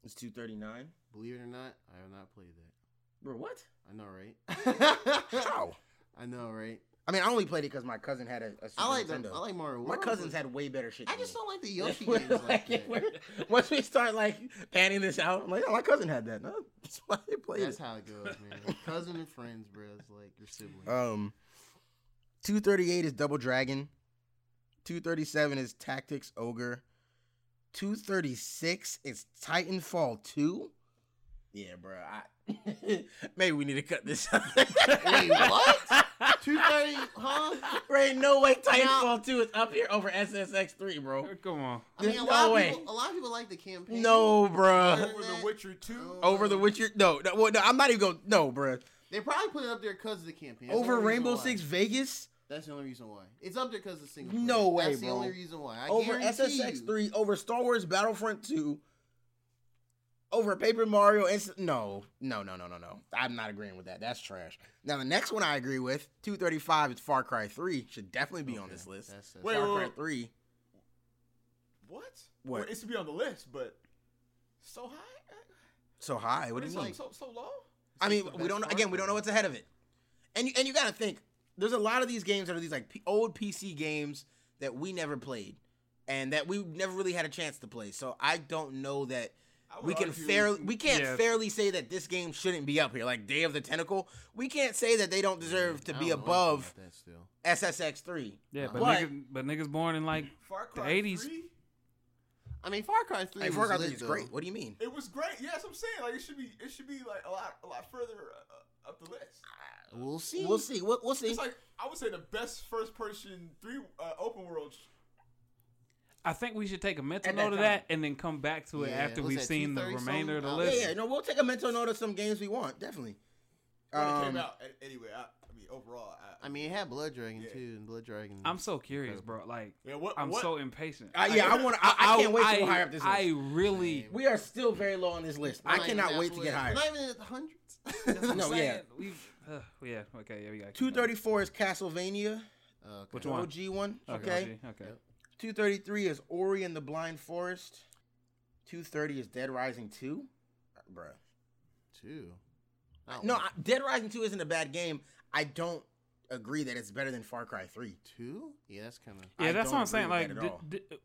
It's two thirty nine.
Believe it or not, I have not played that.
Bro, what?
I know, right?
How?
I know, right?
I mean, I only played it because my cousin had a, a Super
I like
Nintendo.
them. I like Mario.
my
World,
cousins
but
had way better shit.
I
than
just
me.
don't like the Yoshi games like that.
we're- Once we start like panning this out, I'm like, oh, my cousin had that. No, that's why they played
That's
it.
how it goes, man. Cousin and friends, bro. It's like your sibling.
Um, two thirty eight is Double Dragon. Two thirty seven is Tactics Ogre. Two thirty six is Titanfall two. Yeah, bro. I maybe we need to cut this. out.
Wait, what? Two thirty, huh?
Ray, no way. Titanfall two is up here over SSX three, bro.
Come on.
I mean,
There's no
a lot of
way.
people. A lot of people like the campaign.
No,
Over
bro.
Over The
that-
Witcher 2.
Over the Witcher. No, no, well, no I'm not even going. No, bro.
They probably put it up there because of the campaign. That's the
Over
only reason
Rainbow
why.
Six Vegas.
That's the only reason why. It's up there because of single.
No
player.
way,
That's the
bro.
only reason why. I
over
guarantee
SSX
you.
three, over Star Wars Battlefront two, over Paper Mario. And no, no, no, no, no, no. I'm not agreeing with that. That's trash. Now the next one I agree with, 235 is Far Cry three. Should definitely be on
Okay,
this list.
that's- that's-
Wait,
Far
wait,
Cry
wait.
three.
What?
What?
Well, it should be on the list, but so high?
So high. What do you
so,
mean?
So, so low?
I mean,
It's the
we don't.
best
know- Again, we
Far
don't know
Cry.
what's ahead of it. And you and you gotta think. There's a lot of these games that are these like P- old PC games that we never played, and that we never really had a chance to play. So I don't know that
I would
we can
argue-
fairly we can't
Yeah.
fairly say that this game shouldn't be up here. Like Day of the Tentacle, we can't say that they don't deserve to
I
be
don't know
above
about that still.
SSX three.
Yeah, but,
But-
niggas, but niggas born in like
Far
the
Cry
80s.
3?
I mean, Far Cry Three.
Like
was
Far Cry
lit,
three is
though.
great. What do you mean?
It was great. Yeah, that's what I'm saying. Like it should be, it should be like a lot, a lot further uh, up the list.
We'll see.
We'll see. We'll, we'll see.
It's like I would say the best first-person three uh, open world. sh-
I think we should take a mental
At that
note of
time.
that and then come back to it
Yeah,
after
what's
we've
that,
seen the
230
remainder of the
something?
Oh, Yeah,
list.
yeah. No, we'll take a mental note of some games we want. Definitely.
When it
Um,
came out, a- anyway. I, I mean, overall, I,
I mean, it had Blood Dragon
Yeah.
too, and Blood Dragon.
I'm so curious, bro. Like,
yeah, what,
I'm
what,
so impatient.
I- yeah, I want. I, I can't wait to go
I-
higher up this list.
I really.
Same.
we are still very low on this list.
We're
I
not even
cannot wait to
halfway.
get higher.
We're not even at the hundreds.
That's what I'm
No, yeah.
saying. We've, uh, yeah. Okay. Yeah, we got
Two thirty four is Castlevania,
oh, Okay.
Which
the
one?
OG one. Okay.
OG, Okay.
Yep.
Two thirty three is Ori and the Blind Forest. Two thirty is Dead Rising two. Bruh.
Two. Not
No,
one.
I, Dead Rising two isn't a bad game. I don't agree that it's better than Far Cry three.
two. Yeah, that's kind of.
Yeah,
I
that's
don't
what I'm
agree
saying.
with
Like,
that
d-
at all.
d-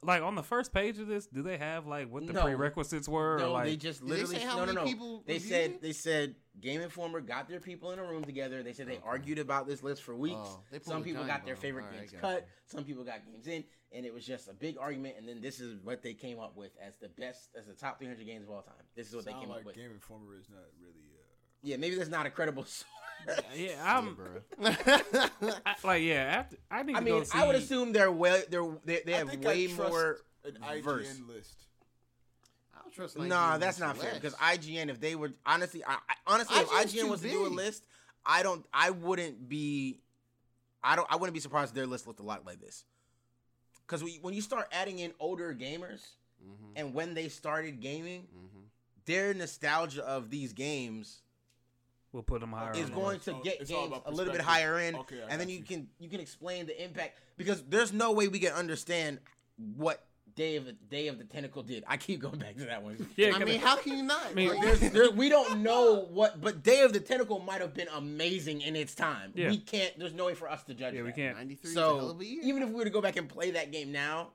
like on the first page of this, do they have like what the
No.
prerequisites were? or,
No,
like,
they just
Did they
literally
say how
no, no,
many
no.
people
They
reviewed
said
it?
they said Game Informer got their people in a room together. They said they
Okay.
argued about this list for weeks.
Oh, they pulled
some
a
people
giant
got their
bomb.
favorite
Alright,
games
gotcha.
cut. Some people got games in, and it was just a big argument. And then this is what they came up with as the best, as the top 300 games of all time. This is what they
sound
came
like
up with.
Game Informer is not really. Uh,
Yeah, maybe that's not a credible. source.
yeah, I'm
Yeah, bro.
I, like, yeah. After, I need
I
to go
mean,
see.
I would assume they're well, they're they, they
I
have
think I
way
trust
more.
an IGN
verse.
list.
I don't trust.
nah,
Nightwing
that's not fair.
less.
Because IGN, if they were honestly, I, I honestly, if
IGN's
IGN
too
was to do a
big.
list, I don't, I wouldn't be, I don't, I wouldn't be surprised if their list looked a lot like this. Because when you start adding in older gamers
Mhm,
and when they started gaming,
mhm.
their nostalgia of these games
we'll put them higher.
is
on the
going
list.
to
Oh,
get
it's all
games
about
a little bit
perspective.
higher in,
Okay, I
and then
got
you
you.
can you can explain the impact because there's no way we can understand what Day of Day of the Tentacle did. I keep going back to that one.
Yeah,
I
can
mean,
I-
how can you not?
mean,
Like,
There's, there, we don't know what, but Day of the Tentacle might have been amazing in its time.
Yeah.
We can't. There's no way for us to judge.
Yeah, we
that.
can't.
93 is a hell
So
of a year.
even if we were to go back and play that game now,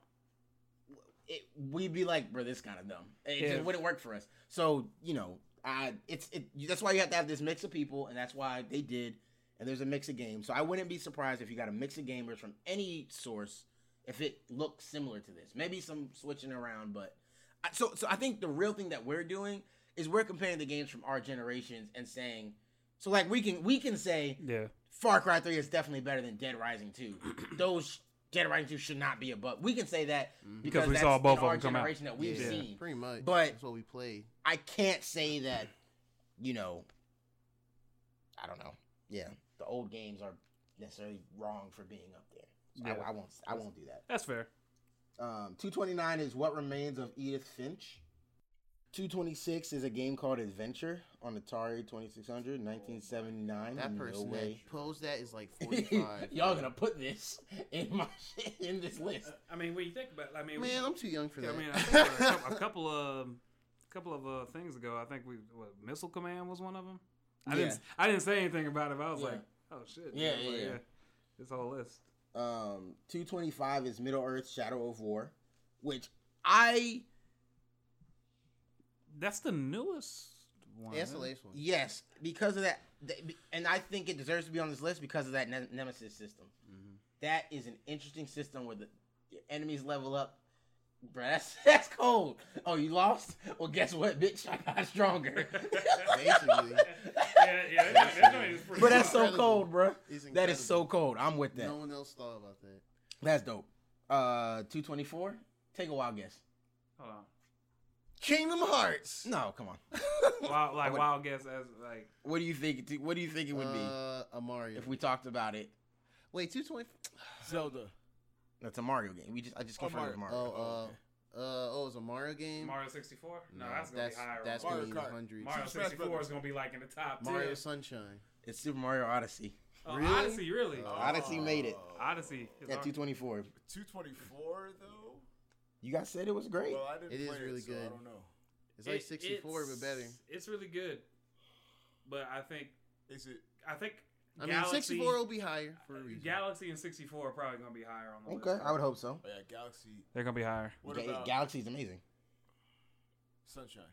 it, we'd be like, bro, this kind of dumb. It
Yeah.
just wouldn't work for us. So you know, I it's it. you- That's why you have to have this mix of people, and that's why they did. And there's a mix of games, so I wouldn't be surprised if you got a mix of gamers from any source if it looks similar to this. Maybe some switching around, but I, so so I think the real thing that we're doing is we're comparing the games from our generations and saying so like we can we can say
Yeah.
Far Cry 3 is definitely better than Dead Rising 2. Those Dead Rising 2 should not be above. We can say that because,
we
that's
saw
in
both of
our
them come out.
generation that we've
Yeah,
seen.
pretty much.
But-
that's what we played.
I can't say that, you know, I don't know. Yeah, the old games are necessarily wrong for being up there. So I-
Yeah.
I, won't. I won't do that.
That's fair.
Um, 229 is what remains of Edith Finch. 226 is a game called Adventure on Atari 2600, 1979.
That
No
person
way.
that posed that is like 45.
Y'all gonna put this in my in this list?
I mean, when you think about, I mean,
Man, I'm too young for
Yeah,
that.
I mean, I think a cou- a couple of a couple of uh, things ago, I think we what, missile command was one of them. I didn't I didn't say anything about it. But I was
Yeah.
like, oh shit.
Yeah,
I was
yeah,
like,
yeah.
This whole list.
Um, 225 is Middle Earth Shadow of War, which I
That's the newest one.
Yeah, that's the
isn't it?
latest one.
Yes, because of that, th- and I think it deserves to be on this list because of that ne- nemesis system.
Mm-hmm.
That is an interesting system where the your enemies level up. Bruh, that's that's cold. Oh, you lost? Well, guess what, bitch? I got stronger.
Basically,
yeah, yeah. That, that joint is pretty
but that's so
Incredible.
cold, bruh.
It's
That is so
incredible.
cold. I'm with that.
no one else thought about that.
That's dope. Uh, two twenty four. Take a wild guess.
Hold on.
Kingdom Hearts.
No, come on.
Wild, like
would-
wild guess as like
What do you think? What do you think it would be
Uh, a Mario.
if we talked about it?
Wait, 220.
Zelda.
That's a Mario game. We just I just
Oh,
confirmed with
Mario.
Mario.
Oh, uh, uh, oh, it's a Mario game.
Mario sixty four. No,
Nah,
that's gonna
that's
be higher.
that's
up.
gonna
Mario
be in the
Kart.
hundreds.
Mario
Super Smash
sixty four
Brothers.
is gonna be like in the top
Mario
tier.
Sunshine.
It's Super Mario Odyssey.
Oh,
Really?
Odyssey, really?
Uh,
Odyssey made it.
Odyssey. is
Yeah,
our-
224.
224 though.
You guys said it was great.
Well, I didn't
It is
play
really
so I
good.
don't know.
It's like
It-
64, but
it's-
better.
It's really good, but I think
Is it?
I think
I mean,
Galaxy,
64 will be higher for a reason.
Galaxy and 64 are probably going to be higher on the list.
Okay, I would hope so.
Oh yeah, Galaxy.
They're going to be higher.
What
Ga-
about
Galaxy's amazing.
Sunshine?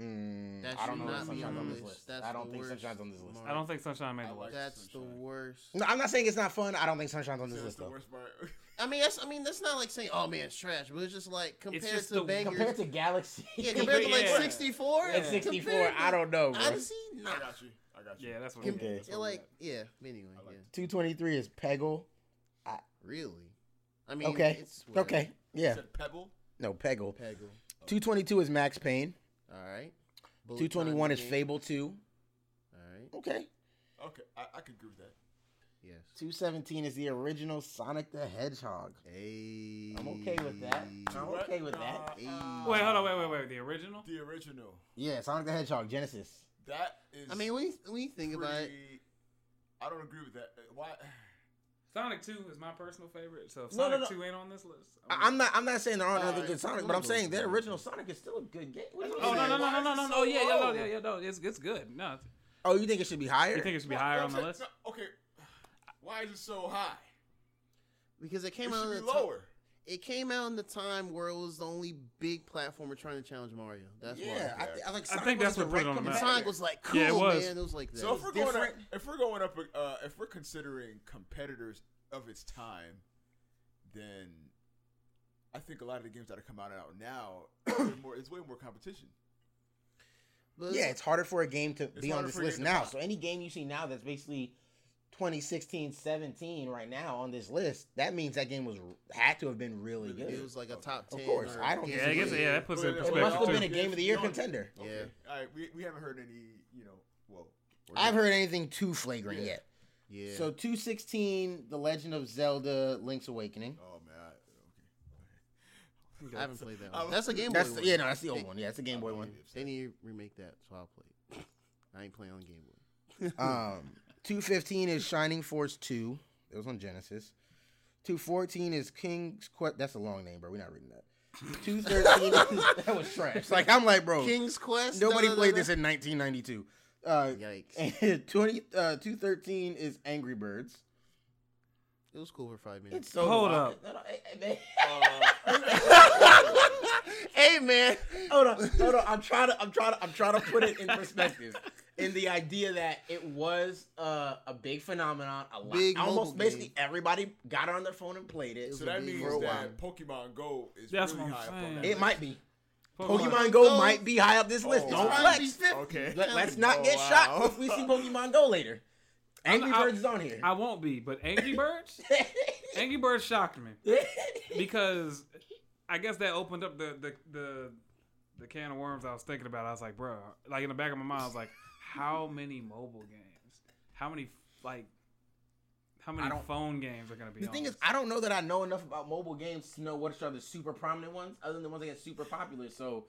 Mm,
That
I don't
should
know
not
if
be
Sunshine's
on
on
the
this
list.
list.
That's
I don't
the
think
worst
Sunshine's on this list.
mark.
I don't think Sunshine made
I
the
like
list.
That's the
Sunshine.
worst.
No, I'm not saying it's not fun. I don't think Sunshine's on this
So
list
That's the
though.
worst part.
I mean, that's I mean, that's not like saying, oh man, it's trash, but it's just like compared
just
to
the-
bangers.
Compared to Galaxy,
yeah, compared to like
Yeah.
64
and 64, I don't know. Bro.
Honestly, nah.
I got you. I got you.
Yeah, that's what
Can-
it is.
Yeah, like, yeah. Anyway,
I like
yeah.
223 is Peggle.
Really? I mean,
Okay,
It's whatever.
okay,
You
yeah,
Said Pebble.
no Peggle.
Peggle.
222 is Max Payne.
All right. Bullet
221
time
is
game.
Fable 2.
All right.
Okay.
Okay, I, I could agree with that.
Yes.
217 is the original Sonic the Hedgehog.
Hey.
I'm okay with that. I'm
What?
okay with that.
Nah,
Wait, hold on, wait, wait, wait. The original?
The original.
Yeah, Sonic the Hedgehog Genesis.
That is.
I mean, when you, when you think about it,
pretty- I don't agree with that. Uh, Why?
Sonic 2 is my personal favorite, so if
No, no,
Sonic
no.
2 ain't on this list...
I- I'm not. I'm not saying there aren't
All
other
right.
good Sonic,
Let
but
me
I'm
go
saying
with
their
that.
original Sonic is still a good game. What do you
Oh, no,
mean?
no, no, no, no, no, no.
Why is it
Yeah,
so
yeah, no,
low?
yeah, yeah, no. It's, it's good. No, it's-
Oh, you think it should be higher?
you think it should be
Why-
higher
I'm
on the
saying-
list?
no, okay. Why is it so high?
because it
It
came out
should
in
be
the ti-
lower.
it came out in the time where it was the only big platformer trying to challenge Mario. That's
yeah,
why.
I, th- I, like,
I
Sonic
think
was
that's
a
what put it
direct
on the
And
map.
competitor.
Sonic was like, cool,
Yeah, it was.
man. It was like that.
So if we're going up,
different.
if we're going up, uh, if we're considering competitors of its time, then I think a lot of the games that are come out out now, there's more, it's way more competition.
but
Yeah, it's harder for a game to be on
harder
this
for a
list
game to
now.
pop.
So any game you see now that's basically 2016, 17 right now on this list, that means that game was had to have been really
Really
it
good.
was like a top
Of
ten.
course,
or
I don't
Yeah, I guess,
disagree.
yeah, that puts it in
It
It must have
perspective,
been a
too.
game of the year
Yeah.
contender.
Okay. All right, we, we haven't heard any, you know, well,
I've heard anything too flagrant
Yeah.
yet.
Yeah.
So 216, The Legend of Zelda: Link's Awakening.
oh man, I, okay.
I haven't played that.
I
One.
was-
That's a Game Boy.
That's
one.
yeah, no, that's the old one. Yeah, that's the Game Boy one.
They need to remake that, so I'll play. it. I ain't playing on Game Boy.
Um, 215 is Shining Force 2. It was on Genesis. 214 is King's Quest. That's a long name, bro. We're not reading that. 213 is- That was trash. Like, I'm like, bro,
King's Quest.
Oh. nobody
da, da,
played
da,
this
da.
in 1992. Uh,
Yikes!
and 20, uh, 213 is Angry Birds.
It was cool for five minutes.
It's so
Hold
long.
hey man,
hold on, hold on. I'm trying to, I'm trying to, I'm trying to put it in perspective. in the idea that it was uh, a, a big phenomenon. A lot,
Big mobile
almost
game.
basically everybody got on their phone and played it.
It was
So
a
that
big
means
for a
that Pokemon Go is
That's
really
what I'm
high up on
saying.
that.
It
list.
might be
Oh
Pokemon.
Pokemon Go
Go.
might be high up this list.
Oh,
Don't
wow.
Probably
flex.
50.
Okay.
Let, us
Oh,
not get
wow.
shot if we see Pokemon Go later. Angry
I'm-
Birds is on here.
I won't be, but Angry Birds? Angry Birds shocked me. because I guess that opened up the the the, the can of worms I was thinking about. I was like, bro, like in the back of my mind, I was like, how many mobile games? How many like? How many
don't-
phone games are gonna be?
the
on
thing is,
this?
I don't know that I know enough about mobile games to know what are the super prominent ones, other than the ones that get super popular. So,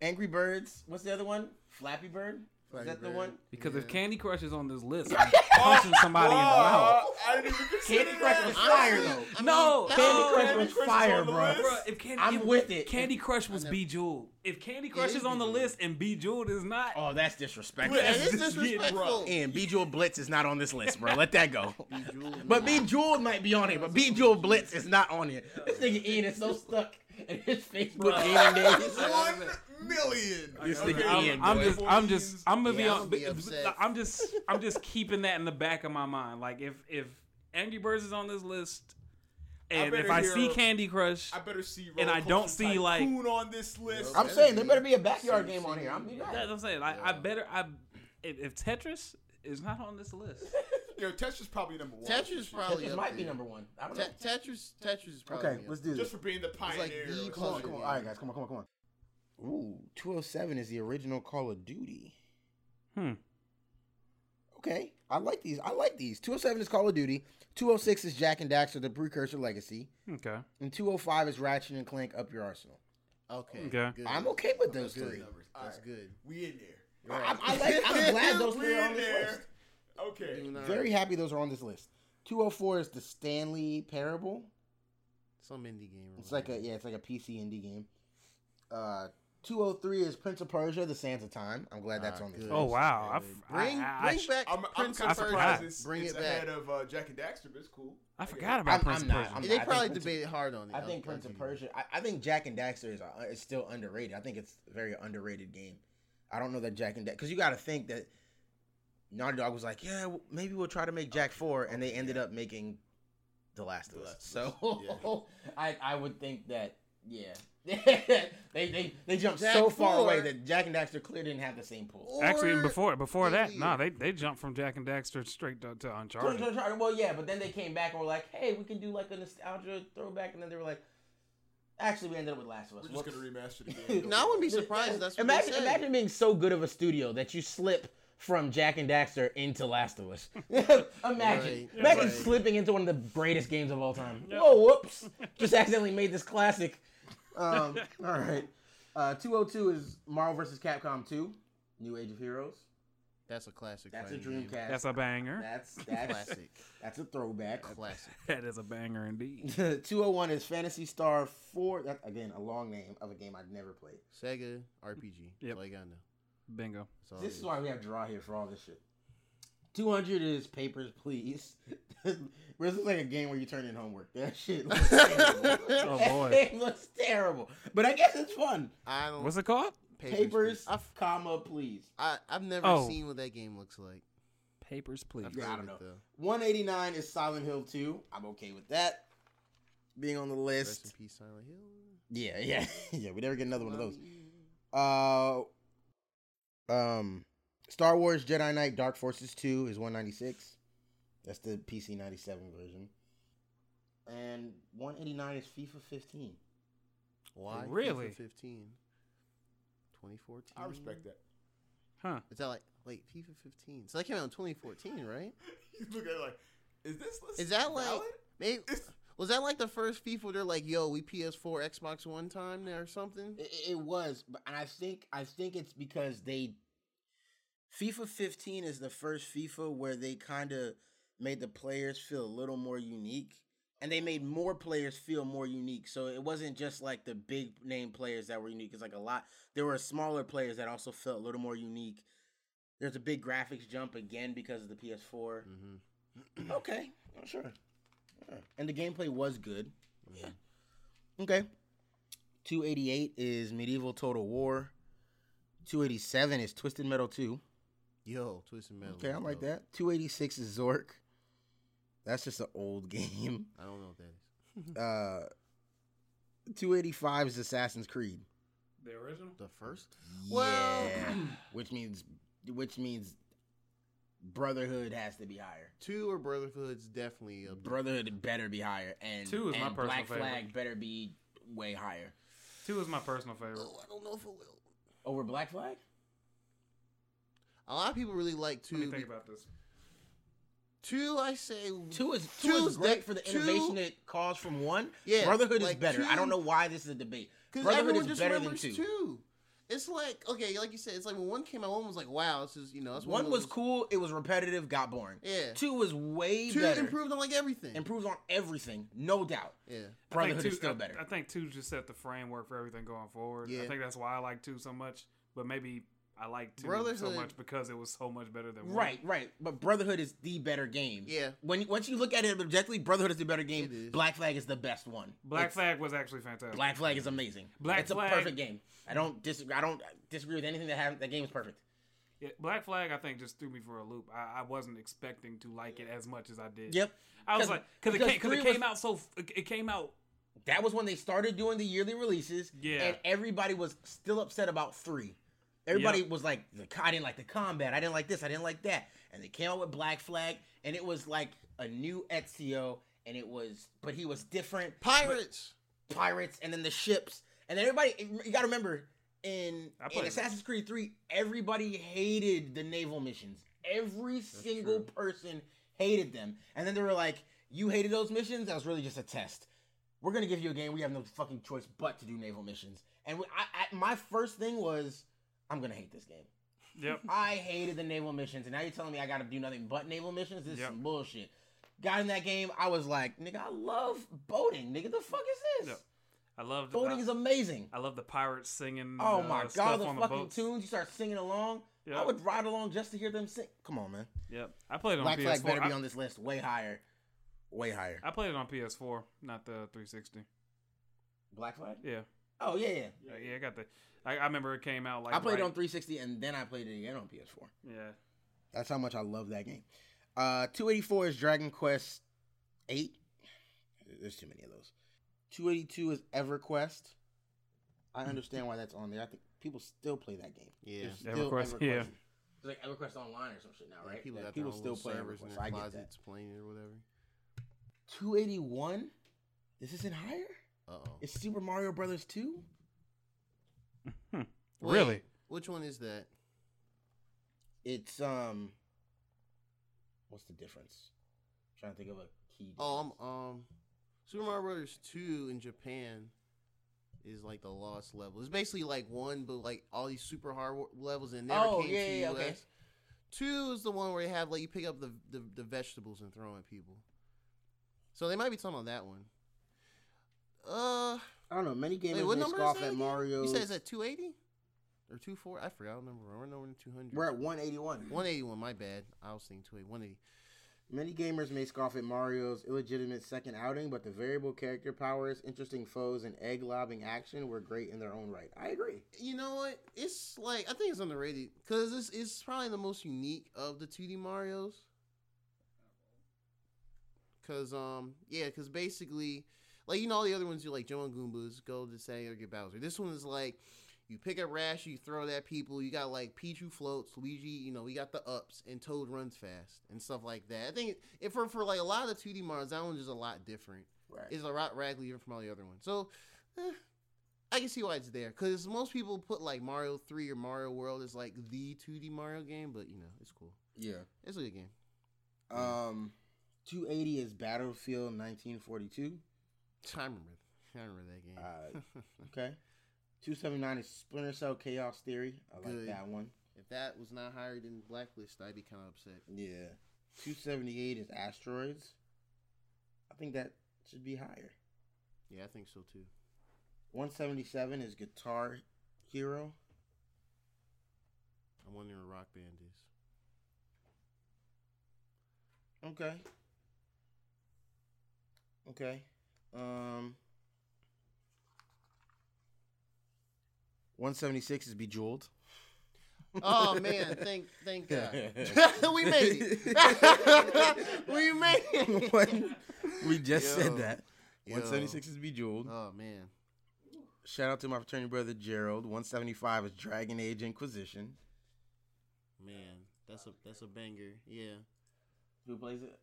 Angry Birds. What's the other one? Flappy Bird.
Flappy
is that
Bird.
the one?
because if
Yeah.
Candy Crush is on this list, I'm punching somebody in the mouth.
Oh, I didn't even consider
Candy Crush
that.
was fire
Honestly,
though.
No,
that-
Candy
no,
Crush
Candy
was
Crush is
fire,
on the
bro.
list?
Bro, if Candy,
I'm
if
with it.
Candy Crush was
never-
Bejeweled. If Candy Crush
is
is on the
Bejeweled.
list and Bejeweled is not,
Oh, that's disrespectful.
Yeah,
That
That's
is
just getting
disrespectful.
And Bejeweled Blitz is not on this list, bro. Let that go.
Bejeweled.
But Bejeweled might be on here, but Bejeweled Blitz is not on here. This nigga Ian is so stuck in his Facebook gaming days.
One million.
This
Okay,
nigga
I'm-
Ian,
Oh, I'm,
boy.
just, I'm just, I'm gonna be
Yeah,
on.
I'm gonna be
but-
upset.
but I'm just, I'm just keeping that in the back of my mind. Like if if Angry Birds is on this list, and if
better
I
hear-
see Candy Crush,
I better see.
And I
Rollercoaster
don't see, like-
Tycoon on this list.
I'm saying there better be a backyard game on here. I'm be
that's
back.
what I'm saying. I, I better, I if, if Tetris is not on this list,
Yo, Tetris probably number one.
Tetris probably
This
up
might be
there.
number one. I don't know.
Te- Tetris Tetris is probably up
do
Just for being the
like
pioneer.
the
or
Come on,
something.
come on. All right,
guys, come on, come on, come on. Ooh, 207 is the original Call of Duty.
hmm.
Okay, I like these. I like these. 207 is Call of Duty. 206 is Jack and Daxter, the precursor legacy.
Okay.
And 205 is Ratchet and Clank, Up Your Arsenal.
Okay.
Okay.
good.
I'm okay with those
Good.
three.
Numbers. All
That's
right.
good.
We in there.
I, I- I like, I'm glad those
We
three are on
in
this list.
there. Okay.
Doing all
Very
right.
happy those are on this list. 204 is the Stanley Parable.
Some indie game.
It's like a yeah, it's like a PC indie game. Uh 203 is Prince of Persia, The Sands of Time. I'm glad that's
Ah,
on this
good.
list.
Oh wow. I f- I,
Bring,
I- I
bring
sh-
back
I'm, I'm
Prince
kind
of
of
forgot.
surprised
Persia.
it's,
Bring
it's
it back.
ahead of uh, Jack and Daxter, but it's cool.
I
get
forgot
it.
about
I'm-
Prince
I'm
of
not.
Persia.
I'm
They
I
probably
think Prince of-
debated hard on it.
I think Prince of Persia. I, I think Jack and Daxter is, uh, is still underrated. I think it's a very underrated game. I don't know that Jack and Daxter because you got to think that Naughty Dog was like, yeah, w- maybe we'll try to make Jack Four, and they ended up making The Last of
Oh, The
Us.
Last of Us,
So I I would think that yeah. they they they jumped
Jack
so far away
4.
that Jack and Daxter clearly didn't have the same pool.
Oh,
Actually, and
Or
before before that,
earlier.
nah, they they jumped from Jack and Daxter straight to, to Uncharted.
Well, yeah, but then they came back and were like, "Hey, we can do like a nostalgia throwback," and then they were like, "Actually, we ended up with Last of Us."
We're just
Whoops.
gonna remaster the game.
No, I wouldn't be surprised. That's what they
imagine.
said.
Imagine being so good of a studio that you slip from Jack and Daxter into Last of Us. imagine,
Right,
imagine
right.
slipping into one of the greatest games of all time. Whoa, whoops! Just accidentally made this classic. Um, all right, uh, two hundred two is Marvel vs. Capcom two, New Age of Heroes.
That's a classic.
That's a
fighting game.
Dreamcast.
That's a banger.
That's that's
Classic.
that's a throwback.
Classic.
That is a banger indeed.
201 is Fantasy Star 4. That, again, a long name of a game I've never played.
Sega RPG.
Mm, Yep.
Yep. Like I know.
Bingo.
That's all it
This is why we have draw here for all this shit. 200 is Papers, Please. this is like a game where you turn in homework. That shit looks terrible.
Oh,
That
boy.
game looks terrible. But I guess it's fun.
I don't.
What's it called?
Papers,
I've,
comma, please.
I, I've never
Oh.
seen what that game looks like.
Papers, please.
I've
Yeah, I
heard
don't
it,
know.
though.
189 is Silent Hill 2. I'm okay with that being on the
Rest in
list.
peace, Silent Hill.
Yeah, yeah. yeah, we never get another one of those.
Love you.
Uh, um, Star Wars Jedi Knight Dark Forces Two is one ninety six. That's the PC ninety seven version. And one eighty nine is FIFA fifteen.
Why?
Oh, Really?
FIFA 15. 2014.
I respect that.
Huh.
Is that like wait FIFA 15? So that came out in 2014, right?
You look at it like, is this list
Is that like
valid?
maybe
It's-
was that like the first FIFA? They're like, yo, we PS4, Xbox One time there or something.
It, it was, but and I think I think it's because they FIFA fifteen is the first FIFA where they kind of made the players feel a little more unique. And they made more players feel more unique. So it wasn't just like the big name players that were unique. It's like a lot. There were smaller players that also felt a little more unique. There's a big graphics jump again because of the PS4.
Mm-hmm.
Okay, oh, sure. Yeah. And the gameplay was good. Yeah. Okay. 288 is Medieval Total War. 287 is Twisted Metal 2.
Yo, Twisted Metal.
Okay, I
is
like
dope.
that. 286 is Zork. That's just an old game.
I don't know what that is.
Uh, 285 is Assassin's Creed.
The original?
The first?
Well,
Well-
yeah. which means which means Brotherhood has to be higher.
Two or Brotherhood's definitely up there.
Brotherhood better be higher, and
Two is my
and
personal
Black
favorite.
Flag better be way higher
Two is my personal favorite.
I don't know if it will.
over Black Flag.
A lot of people really like two.
Let me think about this.
two, I say.
Two is two
Two's
is great
de-
for the
two-
innovation it caused from one.
Yeah,
Brotherhood is
like
better. I
two-
don't know why this is a debate.
Because
Brotherhood
everyone
is
just
better than
remembers
two.
two. It's like okay, like you said, it's like when one came out, one was like, "Wow, this is you know." That's
One
of
was
those-
cool. It was repetitive. Got boring.
Yeah.
Two was way
Two
better.
improved on like everything.
Improves on everything, no doubt.
yeah,
I think
Brotherhood
two,
is still
I-
better.
I, think two just set the framework for everything going forward. I
Yeah.
think that's why I like two so much. But maybe I like two so
Brotherhood-
much because it was so much better than one.
Right, right. But Brotherhood is the better game.
Yeah.
When once you look at it objectively, Brotherhood is the better
It
game.
is.
Black Flag is the best one.
Black
It's-
Flag was actually fantastic.
Black Flag is amazing.
Black
it's
Flag-
a perfect game. I don't disagree. I don't disagree with anything that happened. That game is perfect.
Yeah, Black Flag, I think, just threw me for a loop. I, I wasn't expecting to like it as much as I did.
Yep.
I was
'Cause-
like, cause it
because
came, cause it
three
came
was-
out so, f- it- it came out.
That was when they started doing the yearly releases.
Yeah.
And everybody was still upset about three. Everybody
Yep.
was like, the, co- I didn't like the combat. I didn't like this. I didn't like that. And they came out with Black Flag, and it was like a new Ezio, and it was, but he was different.
pirates.
pirates and then the ships and then everybody you gotta remember in,
I played
in
it.
assassin's creed 3 everybody hated the naval missions every single person hated them and then they were like you hated those missions that was really just a test we're gonna give you a game we have no fucking choice but to do naval missions and we- I, I, my first thing was i'm gonna hate this game
Yep.
I hated the naval missions, and now you're telling me I gotta do nothing but naval missions? This
Yep.
is some bullshit. Got in that game, I was like, nigga, I love boating. Nigga, the fuck is this?
Yep. I loved.
Boating is
I,
amazing.
I love the pirates singing.
oh
uh,
my
stuff
god, the
on
fucking
boats.
tunes. You start singing along. I
Yep.
would ride along just to hear them sing. Come on, man.
Yep. I played it on
Black
PS4.
Flag better
I,
be on this list way higher. Way higher.
I played it on PS4, not the 360.
Black Flag?
Yeah.
Oh, yeah, yeah.
Yeah, I got the. I, I remember it came out like.
I played it
right-
on 360 and then I played it again on PS4.
Yeah.
That's how much I love that game. Uh, 284 is Dragon Quest 8. There's too many of those. 282 is EverQuest. I understand why that's on there. I think people still play that game.
Yeah.
There's still
EverQuest, yeah.
It's like EverQuest Online or some shit now,
Yeah,
right?
people
Yeah,
got
people
their own
still
little
play
servers in
EverQuest.
their
I get that.
closets playing it or whatever.
281. This isn't higher.
Uh oh.
It's Super Mario Brothers 2.
Really?
Which one is that?
It's um. What's the difference? I'm trying to think of a key. Difference.
Oh, I'm, um, Super Mario Brothers Two in Japan is like the lost level. It's basically like one, but like all these super hard wo- levels and never
Oh,
came
yeah,
to the
yeah,
US.
okay.
Two is the one where they have like you pick up the, the the vegetables and throw at people. So they might be talking about that one. Uh,
I don't know. Many gamers
wait, what
may
number
scoff
is that?
at
again?
Mario.
You said it's at two eighty or two four? I forgot. I don't remember. We're nowhere near two hundred.
We're at 181.
one eighty one. My bad. I was thinking two eighty one eighty.
Many gamers may scoff at Mario's illegitimate second outing, but the variable character powers, interesting foes, and egg lobbing action were great in their own right. I agree.
you know what? It's like I think it's underrated because this is probably the most unique of the 2D Mario's. Cause um yeah, cause basically, like you know all the other ones you like Joe and Goombas go to say or get Bowser. This one is like you pick up Rash, you throw it at people. You got like Pichu floats, Luigi. You know we got the ups and Toad runs fast and stuff like that. I think if for for like a lot of the 2D Mario's, that one's just a lot different
Right.
is a lot radically different from all the other ones. So eh, I can see why it's there because most people put like Mario Three or Mario World as like the 2D Mario game, but you know it's cool.
yeah.
It's a good game.
Um, 280 is Battlefield 1942.
I remember. I remember that game.
Okay. 279 is Splinter Cell Chaos Theory. I like
Good.
that one.
if that was not higher than Blacklist, I'd be kind of upset.
Yeah. 278 is Asteroids. I think that should be higher.
Yeah, I think so too.
177 is Guitar Hero.
I'm wondering where Rock Band is.
Okay. Okay. Um. 176 is Bejeweled.
Oh man, thank thank God. we made it.
it.
we made it.
we just
Yo.
said that.
Yo.
176 is Bejeweled.
Oh man.
Shout out to my fraternity brother Gerald. 175 is Dragon Age Inquisition.
Man, that's a that's a banger. Yeah.
Who plays it?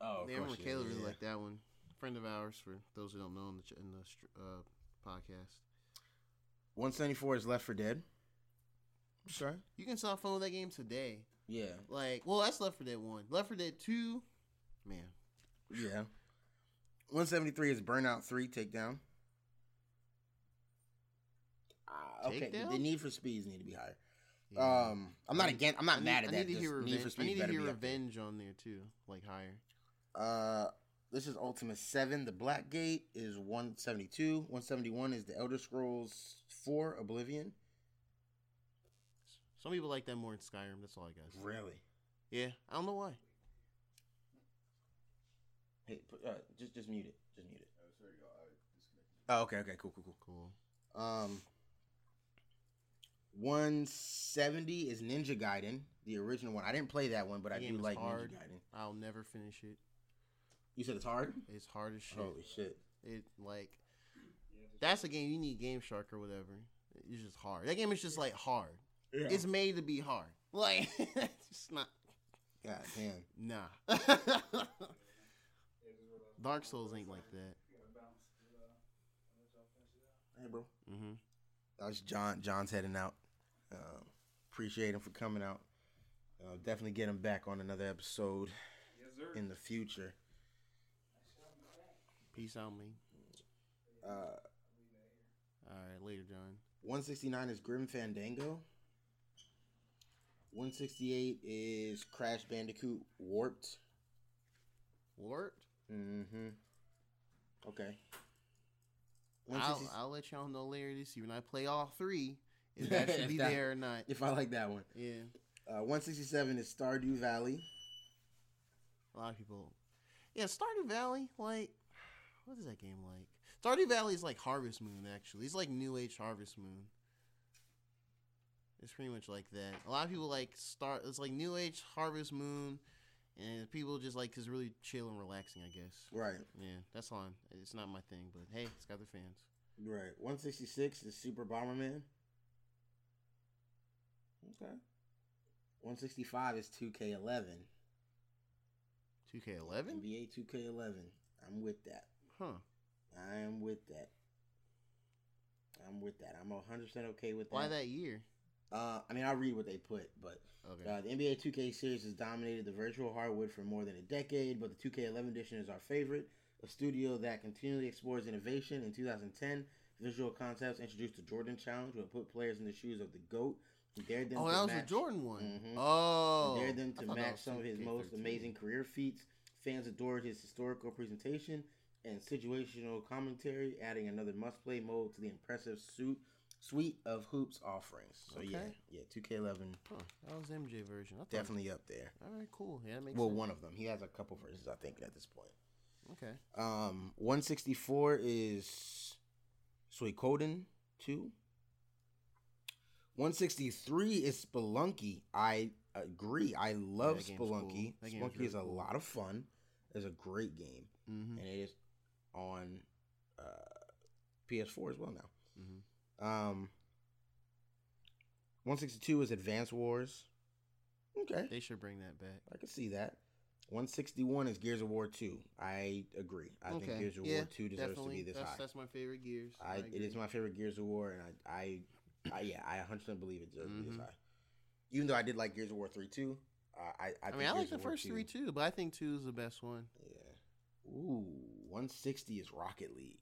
Oh,
yeah, I remember Caleb really liked that one. Friend of ours for those who don't know in the ch- in the str- uh, podcast.
174 is Left for Dead. I'm sorry.
You can stop phone that game today.
Yeah.
Like, well, that's Left 4 Dead 1. Left 4 Dead 2, man.
Yeah. 173 is Burnout 3 Takedown. Uh, okay. the-
Takedown?
The Need for Speeds need to be higher.
Yeah.
Um, I'm not again. I'm not
I need-
mad at
I
that.
need
just
to
Need
hear revenge.
for
I
Speed
need to
better
hear
be up there.
revenge on there too, like higher.
Uh, this is Ultima 7. The Black Gate is 172. 171 is The Elder Scrolls 4 Oblivion.
Some people like that more in Skyrim. That's all I got.
Really?
Yeah, I don't know why.
Hey, put, uh, just just mute it. Just mute it. Oh, okay, okay, cool, cool, cool.
Cool.
Um, 170 is Ninja Gaiden, the original one. I didn't play that one, but I
That
do
game is
like
hard.
Ninja Gaiden.
I'll never finish it.
You said it's hard?
It's hard as shit.
Holy shit.
It like that's a game you need Game Shark or whatever. It's just hard. That game is just like hard.
Yeah.
It's made to be hard. Like it's just not
God damn.
nah. Dark Souls ain't like that.
Hey, bro.
Mm-hmm.
That was John. John's heading out. Um, appreciate him for coming out. Uh, definitely get him back on another episode in the future.
Peace out, me.
Uh,
All right, later, John.
169 is Grim Fandango. 168 is Crash Bandicoot Warped.
Wart.
Mm-hmm. Okay.
I'll,
160
I'll let y'all know later this year when I play all three if that should be
That-
there or not.
if I like that one.
Yeah,
Uh, 167 is Stardew Valley.
a lot of people. Yeah, Stardew Valley. Like, what is that game like? Stardew Valley is like Harvest Moon. Actually, it's like New Age Harvest Moon. It's pretty much like that. A lot of people like start. It's like New Age Harvest Moon, and people just like is really chill and relaxing. I guess.
Right.
Yeah, that's on. It's not my thing, but hey, it's got their fans.
Right. 166 is Super Bomberman. Okay. 165 is 2K11.
2K11.
NBA 2K11. I'm with that.
Huh.
I am with that. I'm with that. I'm 100% okay with that.
Why that year?
Uh, I mean, I'll read what they put, but
Okay.
uh, the NBA 2K series has dominated the virtual hardwood for more than a decade, but the 2K11 edition is our favorite. A studio that continually explores innovation. In 2010, Visual Concepts introduced the Jordan Challenge, which put players in the shoes of the GOAT and dared them
Oh,
to
that was
match,
the Jordan one.
Mhm.
Oh,
dared them
I
to
thought that
match
was
some of his
2K13.
most amazing career feats. Fans adored his historical presentation and situational commentary, adding another must-play mode to the impressive suit suite of hoops offerings. So yeah,
Okay.
yeah, 2K11
Huh, that was MJ version. I thought,
definitely up there.
All right, cool. Yeah, that makes
Well,
sense.
one of them. He has a couple verses, I think, at this point.
Okay.
Um, 164 is Suikoden 2. 163 is Spelunky. I agree. I love
that game's
Spelunky.
cool. That game's
Spelunky
really
is a
cool.
lot of fun. It's a great game.
Mm-hmm.
And it is on uh, PS4 as well now.
Mhm.
Um, 162 is Advance Wars. Okay.
They should bring that back.
I can see that. 161 is Gears of War 2. I agree. I think Gears of
yeah,
War 2 deserves
definitely.
to be this
that's,
high.
That's my favorite Gears.
I, it
agree.
is my favorite Gears of War, and I, I, I yeah, I 100% believe it deserves to be
Mhm.
this high. Even though I did like Gears of War 3 too. Uh, I, I,
I,
think
mean, I like
Gears
the
of War
first
2
three too, but I think two is the best one.
Yeah. Ooh, 160 is Rocket League.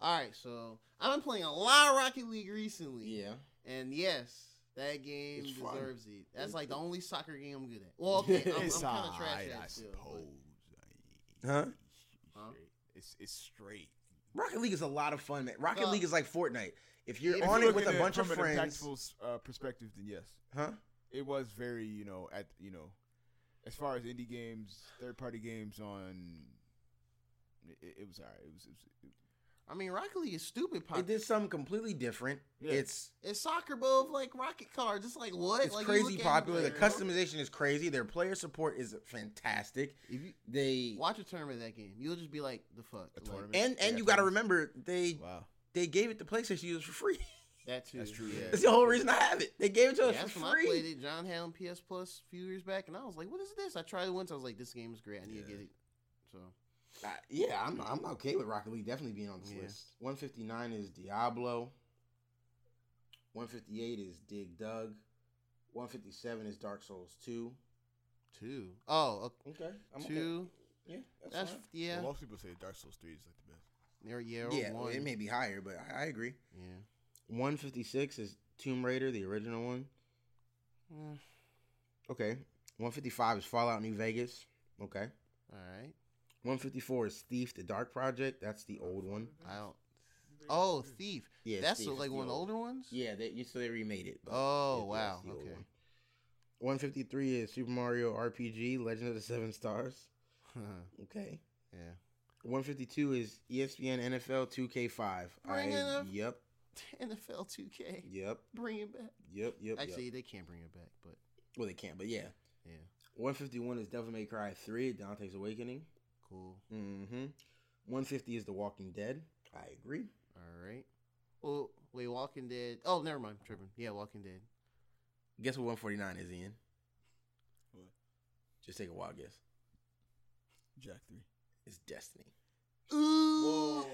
All right, so I've been playing a lot of Rocket League recently.
Yeah.
And yes, that game
It's fun.
deserves it. That's
It's
like the
fun.
only soccer game I'm good at. Well, okay, I'm, I'm
it's
kind of
all
trash
right,
at
I
it still. but-
suppose.
Huh?
Huh?
It's it's straight.
Rocket League is a lot of fun, man. Rocket
Uh,
League is like Fortnite. If you're
if
on
you're
it with a
Looking at
bunch of
from an
friends,
impactful s- uh, perspective, then yes,
huh?
it was very you know at you know, as far as indie games, third party games on, it, it was alright. It was, it was
I mean, Rocket League is stupid. Pop.
It did something completely different.
Yeah.
It's
It's soccer, but with, like rocket cards. It's like what?
it's
like, you
crazy
look at-
popular. The
like,
customization is crazy. Their player support is fantastic.
If you
They
watch a tournament of that game, you'll just be like, the fuck.
A
Like,
tournament?
and
Yeah,
and you got to
thanks.
remember they
Wow.
they gave it to PlayStation users for free.
That too.
That's true, yeah.
That's the whole reason I have it. They gave it to
Yeah,
us
that's
for
when I played
free.
it. John had it on PS Plus a few years back, and I was like, "What is this?" I tried it once. I was like, "This game is great. I need to
Yeah.
get it." So
I- yeah, I'm I'm okay with Rocket League definitely being on this
Yeah.
list. 159 is Diablo. 158 is Dig Dug. 157 is Dark Souls 2.
two. Oh,
Okay.
okay. two.
Yeah,
That's yeah.
Well, most people say Dark Souls Three is like the best.
Or, yeah, or
yeah,
one.
it may be higher, but I, I agree.
yeah.
156 is Tomb Raider, the original one.
Mm,
Okay. 155 is Fallout New Vegas. Okay.
all right.
154 is Thief, the Dark Project. That's the old one.
I don't. Oh, Thief.
Yeah,
that's
Thief
the,
is
like
the
one of the
old-
older ones.
Yeah, they, you- so they remade it. but
Oh
it-
wow.
that's the old
Okay.
one. 153 is Super Mario RPG, Legend of the Seven Stars. Okay.
yeah.
152 is E ESPN NFL 2K5.
Bring it up.
Yep.
NFL 2K.
Yep.
Bring it back.
Yep. Yep.
Actually,
yep.
they can't bring it back, but
Well, they can't, but yeah.
yeah,
151 is Devil May Cry 3, Dante's Awakening.
cool.
Mm-hmm. 150 is The Walking Dead. I agree.
All right. Well, wait, Walking Dead. Oh, never mind. I'm tripping. Yeah, Walking Dead.
Guess what 149 is, Ian?
What?
Just take a wild guess.
Jack Three.
It's Destiny.
Ooh.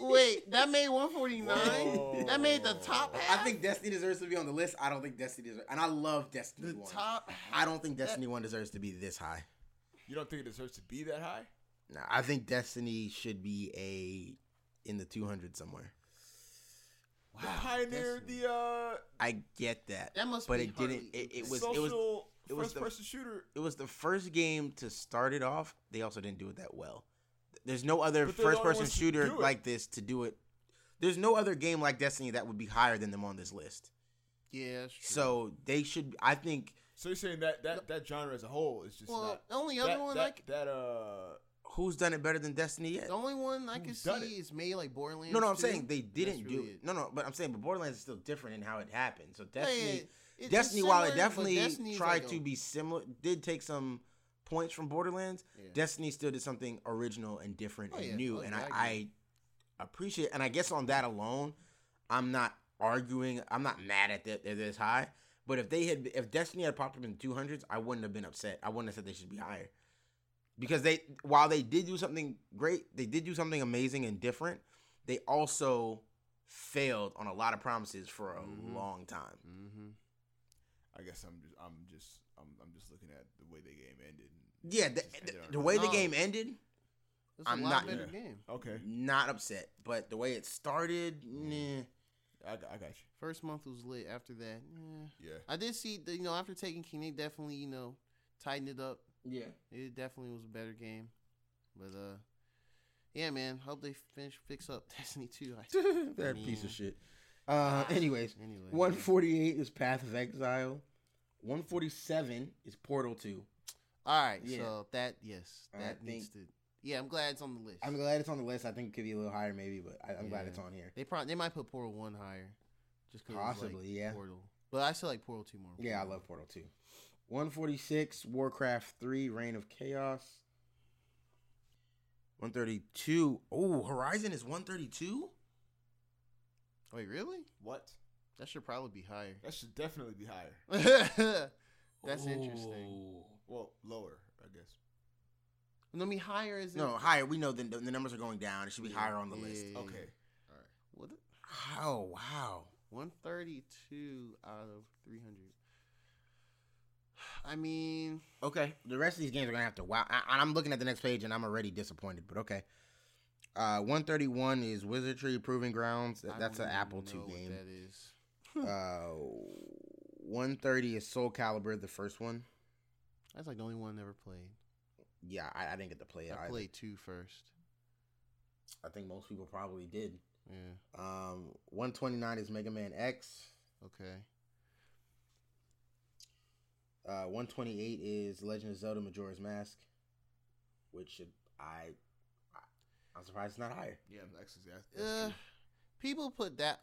Wait, that made 149.
Whoa.
That made the top
I
half.
think Destiny deserves to be on the list. I don't think Destiny deserves and I love Destiny
the
1.
top.
I don't think Destiny 1 deserves to be this high.
You don't think it deserves to be that high?
No, I think Destiny should be a in the 200 somewhere.
The pioneer, the uh,
I get that.
That must
but
be
it didn't
hardly
it, it
even-
was
social
it was it was
first
the-
person shooter.
it was the first game to start it off. They also didn't do it that well. There's no other
But they're the only
first person
ones to
shooter
do it.
like this to do it. There's no other game like Destiny that would be higher than them on this list.
Yeah. that's true.
So they should I think
So you're saying that that that genre as a whole is just
well,
not.
the only other
that,
one
that,
I c-
that uh
who's done it better than Destiny yet?
the only one I can
Who's
see
done it?
is maybe like Borderlands.
No, no, I'm
2.
saying they didn't do
really
it.
it.
No, no, but I'm saying but Borderlands is still different in how it happened. So
Yeah,
Destiny
yeah, it- it's
Destiny, while it
similar, but
definitely
Destiny's
tried
like
to
a-
be similar, did take some points from Borderlands.
Yeah.
Destiny still did something original and different
Oh,
and
yeah.
new,
Oh,
and
yeah, I
I, I appreciate. And I guess on that alone, I'm not arguing. I'm not mad at that they're this high. But if they had, if Destiny had popped up in the 200s, I wouldn't have been upset. I wouldn't have said they should be higher, because they, while they did do something great, they did do something amazing and different. They also failed on a lot of promises for a
Mhm.
long time.
Mhm.
I guess I'm just I'm just I'm, I'm just looking at the way the game ended.
Yeah, the,
Just
the,
ended on
the
a-
way the
No.
game ended,
It's a
I'm
lot
not-
better
Yeah.
game.
Okay,
not upset. But the way it started, nah.
I got, I got you.
First month was lit. After that, eh.
Yeah,
I did see the, you know after taking King, they definitely you know tightened it up.
Yeah.
It definitely was a better game, but uh, yeah, man. Hope they finish fix up Destiny two. I-
that piece
Yeah.
of shit.
Ah,
Uh, anyways,
anyway,
148 is Path of Exile. 147 is Portal 2.
all right.
yeah.
So that yes,
I
that needs to. Yeah, I'm glad it's on the list.
I'm glad it's on the list. I think it could be a little higher, maybe, but I, I'm glad
Yeah.
it's on here.
they probably they might put Portal one higher, just cause
Possibly,
it's like
yeah.
Portal. But I still like Portal two more.
Yeah, I love Portal 2. 146, Warcraft 3, Reign of Chaos. 132. Oh, Horizon is 132?
Wait, really?
what?
That should probably be higher.
That should definitely be higher.
That's interesting.
Well, lower, I guess.
No, I mean higher is
No, higher. We know the, the numbers are going down. It should be higher on the list.
Okay,
What? the-
Oh wow.
132 out of 300. I mean,
Okay. The rest of these games are gonna have to wow. I, I'm looking at the next page and I'm already disappointed. But okay. Uh, 131 is Wizardry Proving Grounds. That-
I
That's
don't
an
even
Apple
know
II
what
game.
That is.
Uh, 130 is Soul Calibur, the first one.
That's like the only one I never played.
Yeah, I, I didn't get to play it.
I
I,
played two first.
I think most people probably did.
Yeah.
Um, 129 is Mega Man X.
Okay.
Uh, 128 is Legend of Zelda Majora's Mask, which should I I'm surprised it's not higher.
Yeah, that's exactly.
Uh, people put that.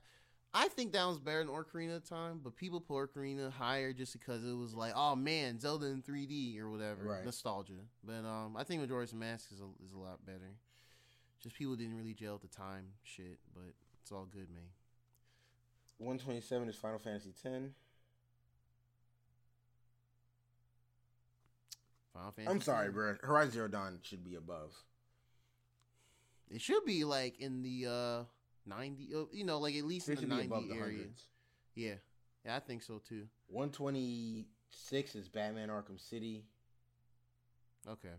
I think that was better than Ocarina of Time, but people put Ocarina higher just because it was like, oh man, Zelda in 3D or whatever,
Right.
nostalgia. But um, I think Majora's Mask is a, is a lot better. Just people didn't really gel at the time, shit. But it's all good, man.
127 is Final Fantasy 10.
Final Fantasy.
I'm sorry,
X.
bro. Horizon Zero Dawn should be above.
It should be like in the uh 90, uh, you know, like at least
It
in
should
the
be
90
above the
area.
hundreds.
Yeah, yeah, I think so too.
126 is Batman Arkham City.
Okay,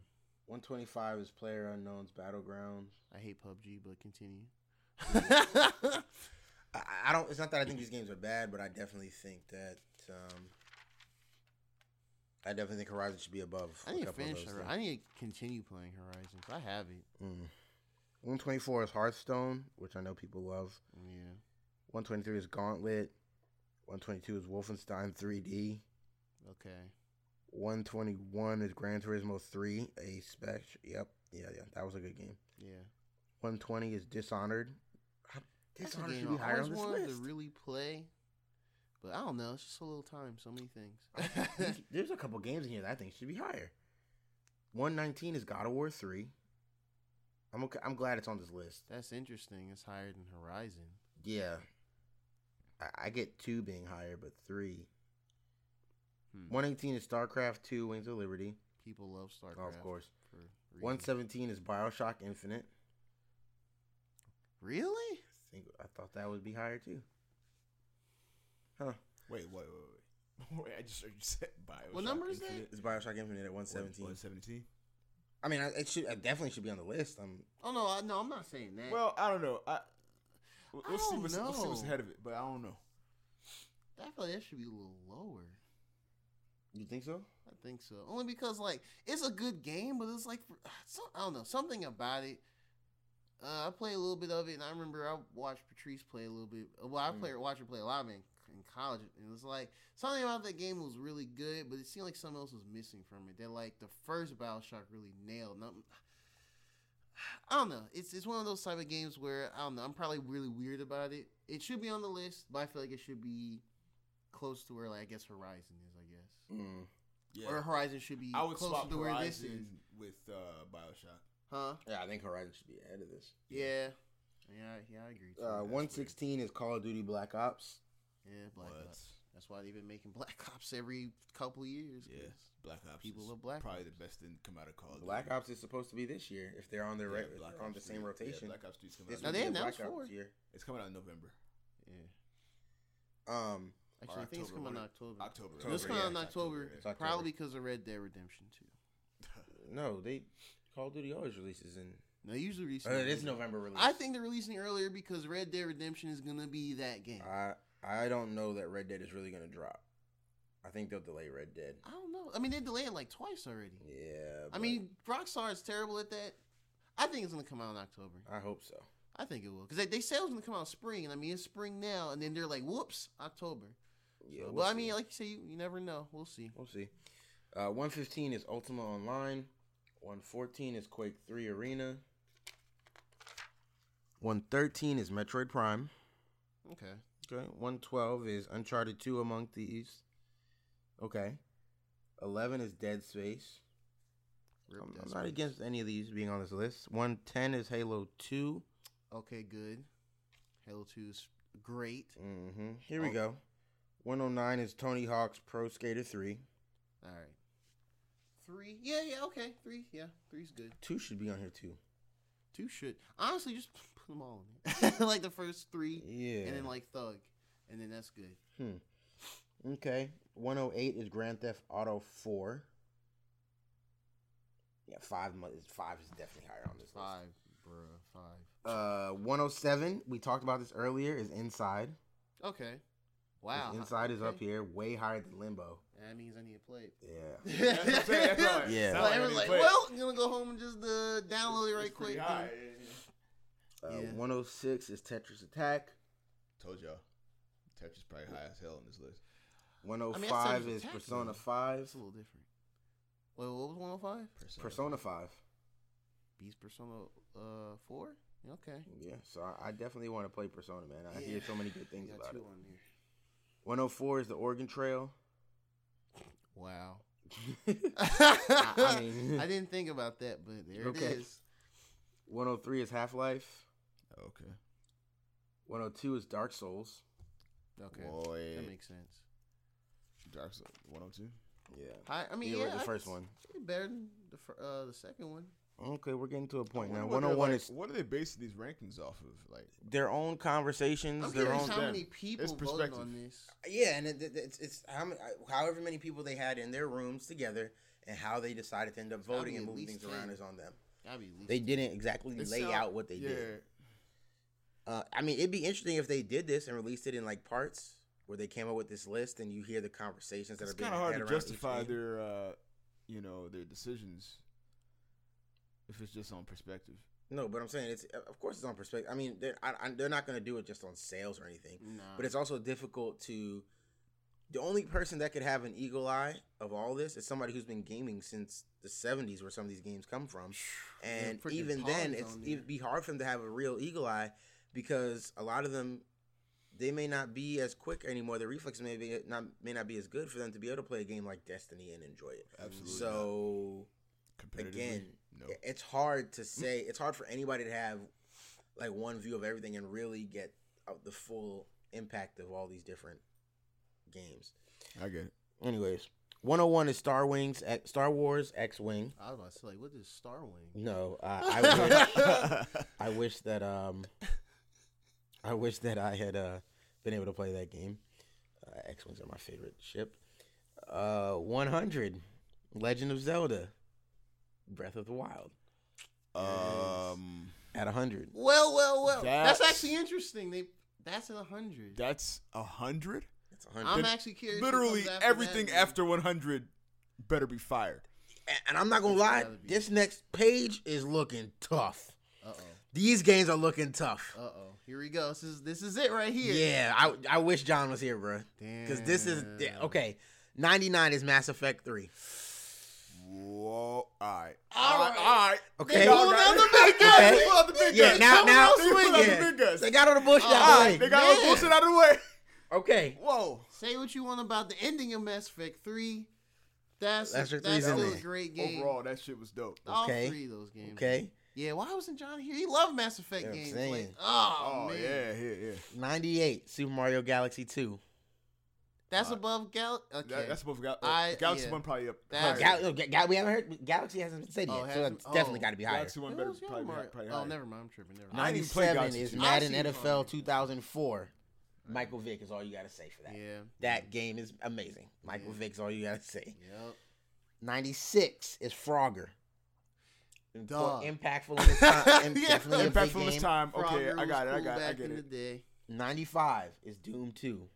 125 is Player Unknown's Battlegrounds.
I hate PUBG, but continue.
I, I don't. It's not that I think these games are bad, but I definitely think that. Um, I definitely think Horizon should be above.
I
a
need to
couple of
finish.
those
Hor-
things.
I need to continue playing Horizons. I have it.
Mm. 124 is Hearthstone, which I know people love.
Yeah.
123 is Gauntlet. 122 is Wolfenstein 3D.
Okay.
121 is Gran Turismo 3, a spec. Yep. Yeah, yeah. That was a good game.
Yeah.
120 is Dishonored. How-
That's a
Dishonored
game
should be
I
higher
always
on this
wanted
list.
to really play, but I don't know. It's just a little time. So many things.
These- There's a couple games in here that I think should be higher. 119 is God of War 3. I'm okay. I'm glad it's on this list.
That's interesting. It's higher than Horizon.
Yeah. I, I get two being higher, but three.
Hmm.
118 is StarCraft 2 Wings of Liberty.
People love StarCraft.
Oh, of course.
For reasons.
117 is BioShock Infinite.
Really?
I, think, I thought that would be higher too. Huh.
Wait, wait, wait, wait. wait I just heard you said Bioshock.
What number is that?
Infinite.
It's BioShock Infinite at 117.
One seventeen.
I mean, I, it should I definitely should be on the list. um, I'm
Oh no, I, no, I'm not saying that.
Well, I don't know. I we'll,
I
we'll see
don't
what's, we'll see what's
know.
ahead of it, but I don't know.
I feel like that should be a little lower.
You think so?
I think so. Only because like it's a good game, but it's like for, so, I don't know something about it. Uh, I played a little bit of it, and I remember I watched Patrice play a little bit. uh, Well, I
Mm.
played watched her play a lot in, in college, and it was like something about that game was really good, but it seemed like something else was missing from it. That like the first Bioshock really nailed. And I'm- I don't know. It's it's one of those type of games where I don't know. I'm probably really weird about it. It should be on the list, but I feel like it should be close to where like I guess Horizon is. I guess
Mm.
Yeah,
or Horizon should be
I would
closer
swap
to where this is,
Horizon with uh, Bioshock.
huh?
Yeah, I think Horizon should be ahead of this.
Yeah, yeah, yeah. I agree. too.
Uh,
That's
one sixteen is Call of Duty Black Ops.
weird. Yeah, Black
What?
Ops. That's why they've been making Black Ops every couple of years. 'cause-
Yeah, Black Ops.
People
is
love Black
Probably
Ops.
the best thing to come out of Call of
Black
Duty.
Ops is supposed to be this year if they're on the
Yeah,
right, if
Black
they're on the
Ops
same
three.
rotation.
Yeah, Black Ops 3 is coming
This
out.
Now
would
in
be the
they
November.
announced
Black Ops
four.
year.
It's coming out in November.
Yeah.
Um,
Actually, I think it's
October,
coming out in
what
October.
October.
October,
This coming out in
yeah.
October,
yeah.
It's October.
probably because of Red Dead Redemption too.
no, they Call of Duty always releases in.
No, usually release.
Uh,
in
it is
November.
November release.
I think they're releasing earlier because Red Dead Redemption is gonna be that game. I,
I I don't know that Red Dead is really gonna drop. I think they'll delay Red Dead.
don't know. I mean, they delayed it like twice already.
Yeah.
I
but
mean, Rockstar is terrible at that. I think it's gonna come out in October.
I hope so.
I think it will because they, they say it was gonna come out spring, and I mean it's spring now, and then they're like, whoops, October.
Yeah.
well,
we'll
I
see.
mean, like you say, you, you never know. We'll see.
We'll see. Uh, 115 is Ultima Online. 114 is Quake 3 Arena. 113 is Metroid Prime.
Okay.
Okay. 112 is Uncharted 2 Among Thieves. Okay. 11 is Dead Space.
Rip
I'm,
Dead
I'm not
Space.
against any of these being on this list. 110 is Halo 2.
Okay, good. Halo Two is great.
hmm Here we
Oh.
go. 109 is Tony Hawk's Pro Skater 3.
All right. Three. Yeah, yeah. Okay, three. Yeah, three's good.
2 should be on here too.
Two should honestly just put them all in there, like the first three,
Yeah.
and then like Thug, and then that's good.
Hmm. Okay. 108 is Grand Theft Auto 4. Yeah, 5 mu- is 5 is definitely higher on this
Five, bruh, five.
list. Uh 107, we talked about this earlier, is Inside.
Okay. Wow.
Inside is up
okay.
here, way higher than Limbo.
That means I need to play it.
Yeah.
That's what I'm saying, that's all right.
Yeah. Like,
Like,
Sound like I
everyone's
didn't
like,
play it.
well, I'm gonna go home and just uh, download it right
It's pretty
quick.
high,
and-
yeah, yeah.
Uh,
Yeah.
106 is Tetris Attack.
Told y'all. Tetris probably high as hell on this list.
105
Tetris
is
Attack,
Persona
though.
5.
oh It's a little different. Wait, what was 105?
Persona 5.
beats Persona uh four. Okay.
Yeah, so I, I definitely want to play Persona, man. I hear so many good things
Got
about
two
it.
on here.
104 is the Oregon Trail.
Wow.
I, I
I,
mean,
didn't think about that, but there
Okay.
it is.
103 is Half Life.
Oh, Okay.
102 is Dark Souls.
Okay,
Boy.
that makes sense.
Dark Souls 102.
Yeah.
I, I mean,
You
yeah,
were the
I
first
could
one.
see it better than the fir- uh, the second one.
Okay, we're getting to a point
I
now.
wonder
oh
what they're
101
like-
is
What are they basing these rankings off of? Like,
their own conversations,
I'm
their
curious
own.
how
them.
many people
It's
voted on this.
Yeah, and it, it- it's it's how many, however many people they had in their rooms together, and how they decided to end up
gotta
voting
be
and
at
moving
least
things around
10.
is on them.
I mean, at least
They didn't exactly
it
lay
sound-
out what they
yeah,
did. Uh, I mean, it'd be interesting if they did this and released it in like parts where they came up with this list, and you hear the conversations that
It's
are being
kind of hard
had
to
around each
justify
name.
their, uh, you know, their decisions if it's just on perspective.
No, but I'm saying it's of course it's on perspective. I mean, they're I, I, they're not going to do it just on sales or anything.
Nah.
But it's also difficult to. The only person that could have an eagle eye of all this is somebody who's been gaming since the 70s, where some of these games come from. And
freaking
even then,
Pong's
it's,
on there.
it'd be hard for them to have a real eagle eye because a lot of them, they may not be as quick anymore. Their reflexes may be not may not be as good for them to be able to play a game like Destiny and enjoy it.
Absolutely.
So
not. Competitively,
again, eh,
no.
i- it's hard to say. It's hard for anybody to have like one view of everything and really get out the full impact of all these different games.
I get it.
Anyways, 101 is Star Wings, X- Star Wars X Wing.
I was about to say, like, what is Star Wing?
No, uh, I, wish, I wish that um, I wish that I had uh been able to play that game. Uh, X Wings are my favorite ship. Uh, 100, Legend of Zelda, Breath of the Wild
Um,
at 100.
Well, well, well. That's,
That's-
actually interesting. They that's at a hundred.
that's a hundred.
That's 100.
I'm
the-
actually curious. what
Literally
comes after that,
everything
man.
after 100 better be fired.
And- and I'm not gonna lie,
gotta be-
this next page is looking tough.
Uh
These games are looking tough.
oh. Uh oh. Here we go. This is this is it right here.
Yeah, I, I wish John was here, bro, because this is yeah,
Damn.
okay. 99 is Mass Effect 3.
Whoa. All right.
All right.
Okay,
They pulled out the big guns.
Okay.
They pulled out the big
yeah,
guns.
now
Someone
now
else they pulled out the
yeah,
big guns.
they got all the bullshit
Oh,
out of the
They
way.
got all the
Man.
bullshit out of the way.
Okay,
Whoa.
Say what you want about the ending of Mass Effect Three. That's
Mass
that's,
Effect 3's in
still a
there.
great game. Oh,
Overall, that shit was dope.
All
Okay.
three of those games.
okay.
Yeah, why wasn't John here? He loved Mass Effect
Yeah, I'm
games.
saying.
Like, oh,
Oh,
man.
yeah, yeah, yeah.
98 Super Mario Galaxy 2.
That's
Uh,
above Gal. Okay.
That, that's both got.
I-
Galaxy
yeah.
One probably up.
That-
Oh,
higher.
Gal- oh, Ga- Ga- we haven't heard Galaxy hasn't been said
Oh,
yet, so
hasn't-
it's definitely
oh.
got to be higher.
Galaxy One
Who
better
was
probably,
Mario?
probably
oh,
higher.
never mind. I'm tripping. Never
I
mind.
Nine- didn't play
97
Galaxy
is
two.
Madden
I've seen
NFL
Mario.
2004. Michael Vick is all you got to say for that.
Yeah.
That game is amazing. Michael
Yeah.
Vick's all you gotta say.
Yep.
Ninety six is Frogger. Impo-
Duh.
Impactful in its time. and
Yeah.
definitely a big
Impactful this
game.
time. Okay,
Frogger
I
was
got it. I
cool
got it. I
back
get
in
it.
the day.
Ninety five is Doom two.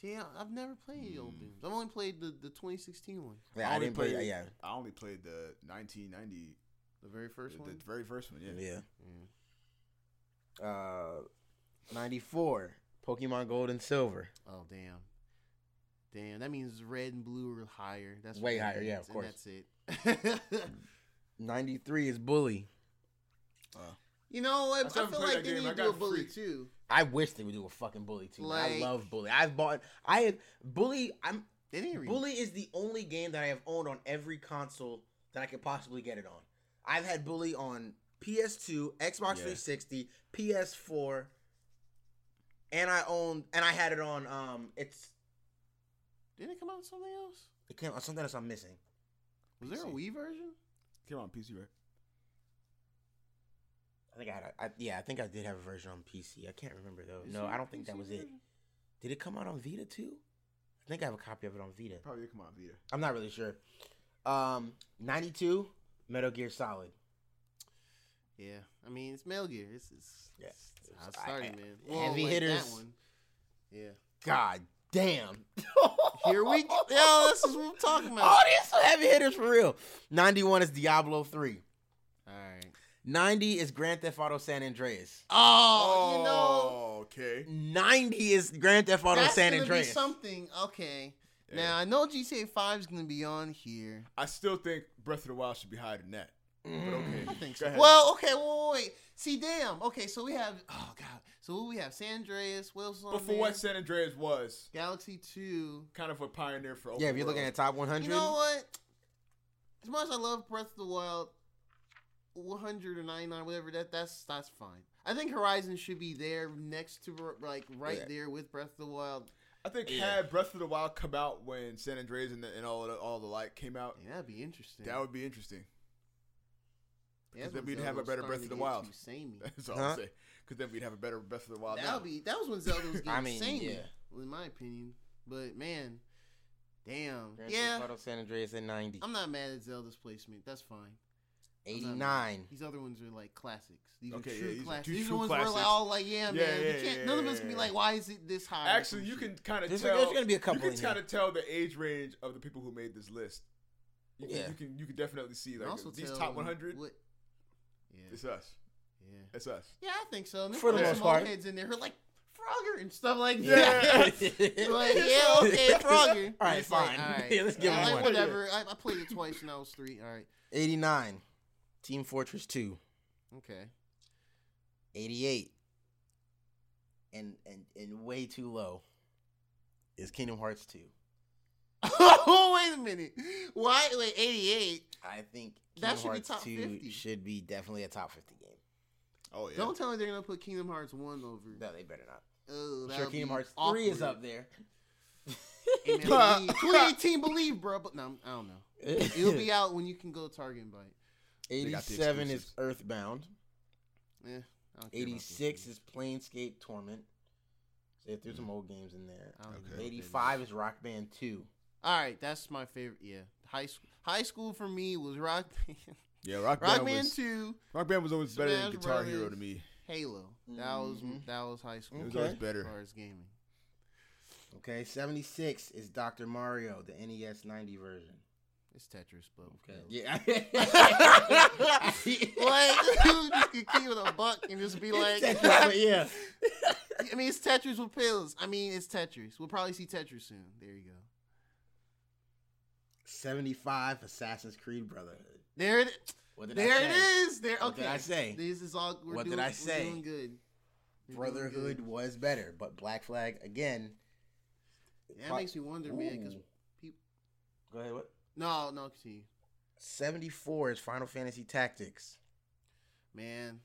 See, I- I've never played the
Hmm.
old games. I've only played the, the 2016 one,
Yeah,
I
I,
only
didn't play.
played-
Yeah,
I only played the 1990,
the very first
the,
one.
the very first one. Yeah.
yeah.
Yeah.
Uh, ninety four Pokemon Gold and Silver.
Oh damn, damn. That means red and blue are higher. That's what
Way
that
higher, yeah,
means,
of course.
And that's it.
Ninety three is Bully.
you know what?
I
I,
still haven't
feel
played
like
that
they
game. I
need to do a
got
bully
free.
too.
I wish they would do a fucking Bully too. man. I
Like-
love Bully. I've bought. I had Bully. I'm
They didn't even
Bully is the only game that I have owned on every console that I could possibly get it on. I've had Bully on PS2, Xbox
Yeah.
360, PS4, and I owned and I had it on um it's
Didn't it come out with something else?
it came on something else I'm missing.
Was there a
PC.
Wii version?
Came on PC, right?
I think I had a, I, yeah, I think I did have a version on PC. I can't remember though.
Is
no,
there
I
a
don't think that
PC
was it.
version?
Did it come out on Vita too? I think I have a copy of it on Vita.
Probably did come on Vita.
I'm not really sure. Um 92 Metal Gear Solid.
Yeah, I mean it's Metal Gear. It's, it's,
Yeah.
it's,
It's-
how it
I-
started,
I-
man.
heavy
like
hitters.
That one. Yeah.
God damn.
Here we go. Yo, this is what I'm talking about.
Oh, these are heavy hitters for real. 91 is Diablo 3.
All right.
90 is Grand Theft Auto San Andreas.
Oh, you know
Oh, okay.
90 is Grand Theft Auto
that's
San
gonna
Andreas.
be something. Okay.
Yeah.
Now I know GTA Five is gonna be on here.
I still think Breath of the Wild should be higher than that.
Mm.
But okay,
I think so.
Go ahead.
Well, okay, well, wait. See, damn. Okay, so we have. Oh god. So we have San Andreas, Wilson.
but for what San Andreas was,
Galaxy Two.
kind of a pioneer for. Open
Yeah, if you're looking
world.
at top 100,
You know what? As much as I love Breath of the Wild, 199, whatever that that's that's fine. I think Horizon should be there next to like right
Yeah.
there with Breath of the Wild.
I think
Yeah.
had Breath of the Wild come out when San Andreas and, the, and all the, all the light came out,
Yeah, that'd be interesting.
that would be interesting.
Yeah, that's
then
when
we'd
Zelda
have a
was
better
starting
Breath
to
of the
get
Wild.
too samey.
That's all
Huh?
I'm saying. Because then we'd have a better Breath of the Wild.
That
now.
would be that was when Zelda was getting
I mean,
samey,
yeah.
in my opinion. But man, damn,
Grand Theft
yeah.
Auto San Andreas in 90,
I'm not mad at Zelda's placement. That's fine.
89.
These other ones are like classics. These
Okay,
are
yeah,
true
these are
classics.
two
These are
true
ones where we're
classics.
like, all like, yeah,
Yeah,
man. we
yeah,
can't,
yeah,
none of
yeah,
us can be
yeah.
like, why is it this high?
Actually, you can kind of
There's,
tell.
there's gonna be a couple.
you
in
can
here.
kind of tell the age range of the people who made this list. You can,
Yeah.
you can you can definitely see
You
like
can also
these
tell
top 100.
What, yeah,
It's us.
yeah,
It's us.
yeah. I think so. And
For
the
there's
most
some
part.
old heads in there who are like Frogger and stuff like
Yeah.
that. like, yeah, okay, Frogger.
All right,
It's like,
fine.
all right.
Yeah, let's give
I
him
like
one.
whatever. I, I played it twice when I was three. All right,
89, Team Fortress 2.
okay.
88 and and and way too low is Kingdom Hearts 2.
oh wait a minute. Why? Wait, eighty-eight.
I think Kingdom
That should be
Hearts
top
2
50.
should be definitely a top 50 game.
Oh yeah.
Don't tell me they're gonna put Kingdom Hearts one over.
No, they better not.
Oh,
I'm
that
sure
would
Kingdom
be
Hearts 3 is
awkward.
up there.
Hey, man, believe- 2018, believe, bro. But no, I'm- I don't know. It'll be out when you can go to Target and buy it.
87 is
exclusives.
Earthbound.
Yeah. I don't care about those
86
games.
is Planescape Torment. They threw some old games in there.
I don't even
Okay.
know what that
85 is Rock Band 2.
All right, that's my favorite. Yeah, high school. High school for me was Rock Band.
Yeah, Rock,
Rock
Band
Band
was,
Two,
Rock Band was always better than
Smash
Guitar Hero to
Brothers.
me.
Halo. That was
Mhm.
that was high school.
It was
Okay.
always
As
better.
far as gaming.
Okay, 76 is Dr. Mario, the NES 90 version.
It's Tetris, but
Okay.
whatever.
Yeah.
Like, dude, just could keep it a buck and just be like, I
yeah.
mean, it's Tetris with pills. I mean, it's Tetris. We'll probably see Tetris soon. There you go.
75 Assassin's Creed Brotherhood.
There it,
What did I
there
say?
it is. There. Okay.
What did I say?
This is all. We're
What did
doing,
I
we're
say?
doing good. We're doing
Brotherhood
good.
was better, but Black Flag again.
That makes me wonder, man. Because
Ooh.
people.
Go ahead. What?
No, no, continue.
74 is Final Fantasy Tactics.
man.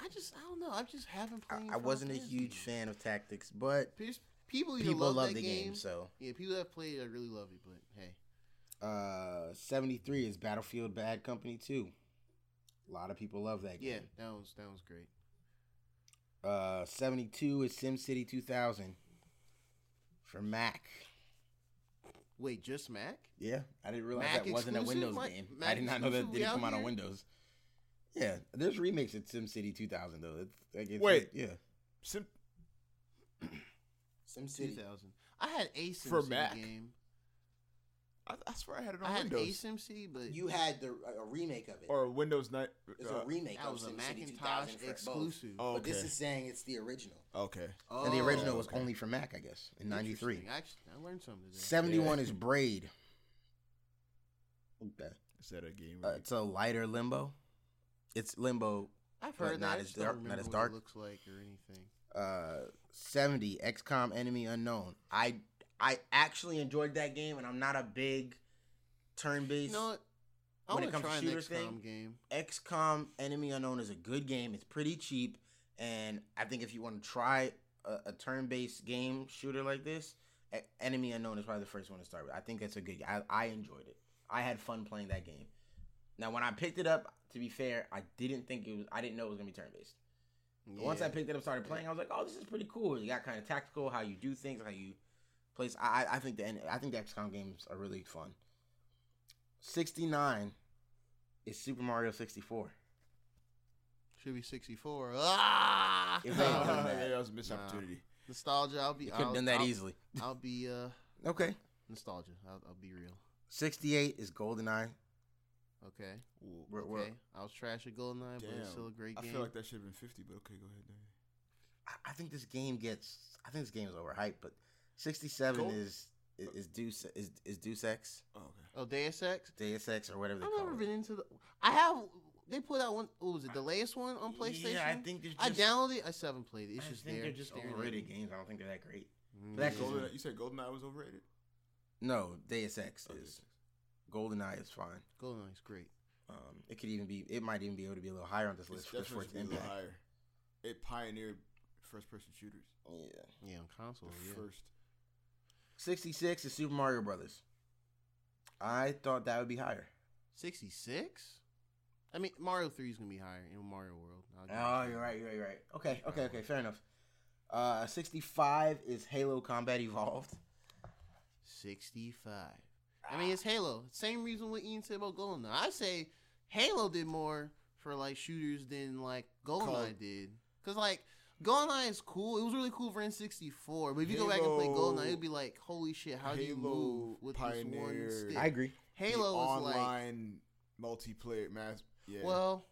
I just I don't know. I just haven't
I,
played.
I
Final
wasn't a
Fantasy
huge
games.
fan of Tactics, but
There's people either
people
love,
love,
that
the
game.
game. so.
Yeah, people that played it, I really love it. But hey,
Uh, 73 is Battlefield Bad Company 2. A lot of people love that
yeah,
game.
that was that was great.
Uh, 72 is SimCity 2000 for Mac.
Wait, just Mac?
Yeah, I didn't realize
Mac
that wasn't a
exclusive?
Windows
Mac-
game. I
Mac
did not know that
exclusive? We
didn't
out
come out on
here?
Windows. Yeah, there's remakes at SimCity 2000 though. It's, like, it's,
Wait.
yeah,
Sim-
Two
SimCity.
thousand. I had a Sim
For
City
Mac?
game.
I, I swear I had it on
I had a
Windows
Sim City, but
You had the a remake of it.
or Windows Night.
There's a remake
Oh, that
of
was a
SimCity
Macintosh
2000 for
exclusive.
both.
Oh,
But this
okay.
is saying it's the original,
okay.
and the
Oh,
original was
okay.
only for Mac, I guess, in
interesting.
'93.
I actually I learned something today.
71
Yeah.
is Braid. Okay.
Is that a game?
Uh, it's a lighter limbo. It's limbo.
I've
but
heard
not
that. I
as
just don't
dark- not
remember
as
what
dark.
It looks like or anything.
Uh, 70 XCOM Enemy Unknown. I I actually enjoyed that game, and I'm not a big
You
turn-based.
know what? I
when it comes
want to
to
try an
shooter
XCOM
thing-
game.
XCOM Enemy Unknown is a good game. It's pretty cheap, and I think if you want to try a, a turn-based game shooter like this, E- Enemy Unknown is probably the first one to start with. I think that's a good. I I enjoyed it. I had fun playing that game. Now, when I picked it up, to be fair, I didn't think it was. I didn't know it was gonna be turn-based. But Once I
Yeah.
picked it up, started playing, I was like, "Oh, this is pretty cool." You got kind of tactical, how you do things, how you place. I I- I think the N- I think the XCOM games are really fun. Sixty nine is Super Mario sixty four.
Should be 64. Ah!
If they-
yeah,
done
Uh,
that.
that was a missed
Nah.
opportunity.
nostalgia. I'll be.
You could
I'll,
have done that
I'll,
easily.
I'll be uh
Okay.
nostalgia. I'll, I'll be real.
Sixty eight is GoldenEye.
Okay.
We're-
okay.
we're-
I was trash at Goldeneye, but
Damn.
it's still a great
I
game.
feel like that should have been 50, but okay, go ahead. Dave.
I- I think this game gets. I think this game is overhyped, but sixty seven
Gold-
is is is Deus is is Deus Ex,
Oh, okay.
oh, Deus Ex.
Deus Ex or whatever
I've
they
never
call
been
it.
into the. I have they put out one. What was it? The latest one on PlayStation.
Yeah, I think there's
I
just,
downloaded. it. I still haven't played it. It's
I
just
think
there.
they're just
staring at
overrated
me.
games. I don't think they're that great.
Mm.
That goes-
Golden, you said GoldenEye was overrated.
No, Deus Ex
Oh,
is GoldenEye is fine.
GoldenEye's great.
Um, it could even be. It might even be able to be a little higher on this
It's
list just for
definitely
its
a little
impact.
higher. It pioneered first-person shooters.
Yeah.
Yeah, on
The
console. Yeah.
first.
Sixty-six is Super Mario Brothers. I thought that would be higher.
66? I mean, Mario 3 is going to be higher in Mario World. I'll give
Oh,
it to
you're
you.
right. You're right. You're right. Okay. Okay. Okay. Fair enough. Uh, sixty-five is Halo Combat Evolved.
65. I mean, it's Halo. Same reason what Ian said about GoldenEye. I say Halo did more for, like, shooters than, like, GoldenEye
Call-
did. Because, like, GoldenEye is cool. It was really cool for N64. But if you go back and play
Halo-
GoldenEye, it would be like, holy shit, how do you
Halo
move with this one
pioneered-
stick?
I agree.
Halo
the
was like...
online multiplayer mass. Yeah.
Well,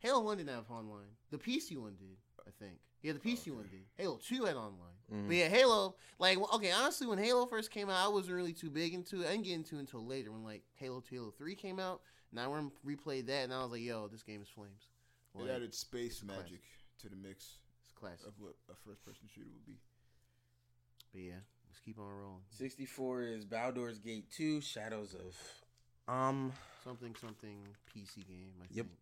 Halo 1 didn't have online. The PC one did, I think. Yeah, the PC one
okay.
did. Halo 2 had online.
Mhm.
But yeah, Halo, like, well, okay, honestly, when Halo first came out, I wasn't really too big into it. I didn't get into it until later when, like, Halo 2, Halo 3 came out. And I rem- replayed that, and I was like, yo, this game is flames. Like,
it Oh. added space
classic.
magic to the mix
it's classic.
of what a first-person shooter would be.
But yeah, let's keep on rolling.
Sixty-four is Baldur's Gate Two: Shadows of. Um.
Something, something PC game, I
Yep.
think.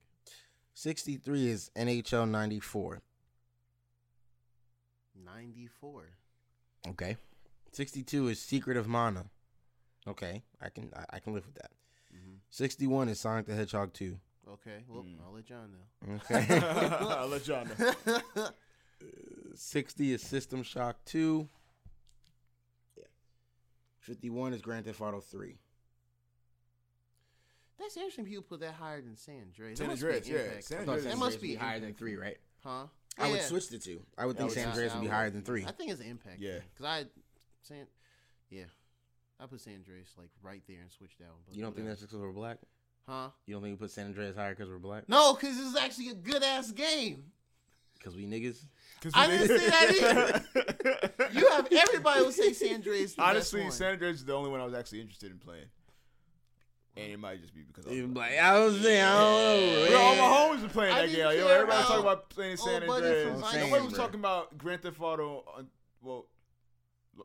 Sixty-three is NHL '94.
94.
Okay. Sixty-two is Secret of Mana. Okay, I can I, I can live with that. Mm-hmm.
hmm
Sixty-one is Sonic the Hedgehog Two.
Okay, well,
Mm.
I'll let John know.
Okay.
I'll let John
know.
60 is System Shock 2. Yeah. 51 is Grand Theft Auto 3.
That's interesting. People put that higher than San Andreas.
San
That must be
Andreas, yeah.
Impact.
San
I thought
Andreas That
San
That
Andreas
must
would
be
be higher
Impact.
than 3, right?
Huh?
I would
Yeah.
switch the two. I would
Yeah,
think
I would
San
switch
Andreas
that
would be
out.
higher than 3.
I think it's an Impact.
Yeah.
Because I San, yeah, I put San Andreas like right there and switched that one. But
You don't think
whatever.
that's because we're black?
Huh?
You don't think we put San Andreas higher because we're black?
No, because it's actually a good ass game.
Because we niggas?
I didn't say that
either.
You have everybody will say San Andreas. The
Honestly,
best one.
San Andreas is the only one I was actually interested in playing. And it might just be because I was
Even
black.
black. I was saying, I don't know,
Bro, all
man.
my homies were playing
I
that game.
didn't
Yo,
care
everybody was talking
about
about playing
old
San
buddy
Andreas.
from Miami,
Nobody was
bro.
talking about Grand Theft Auto. On, well,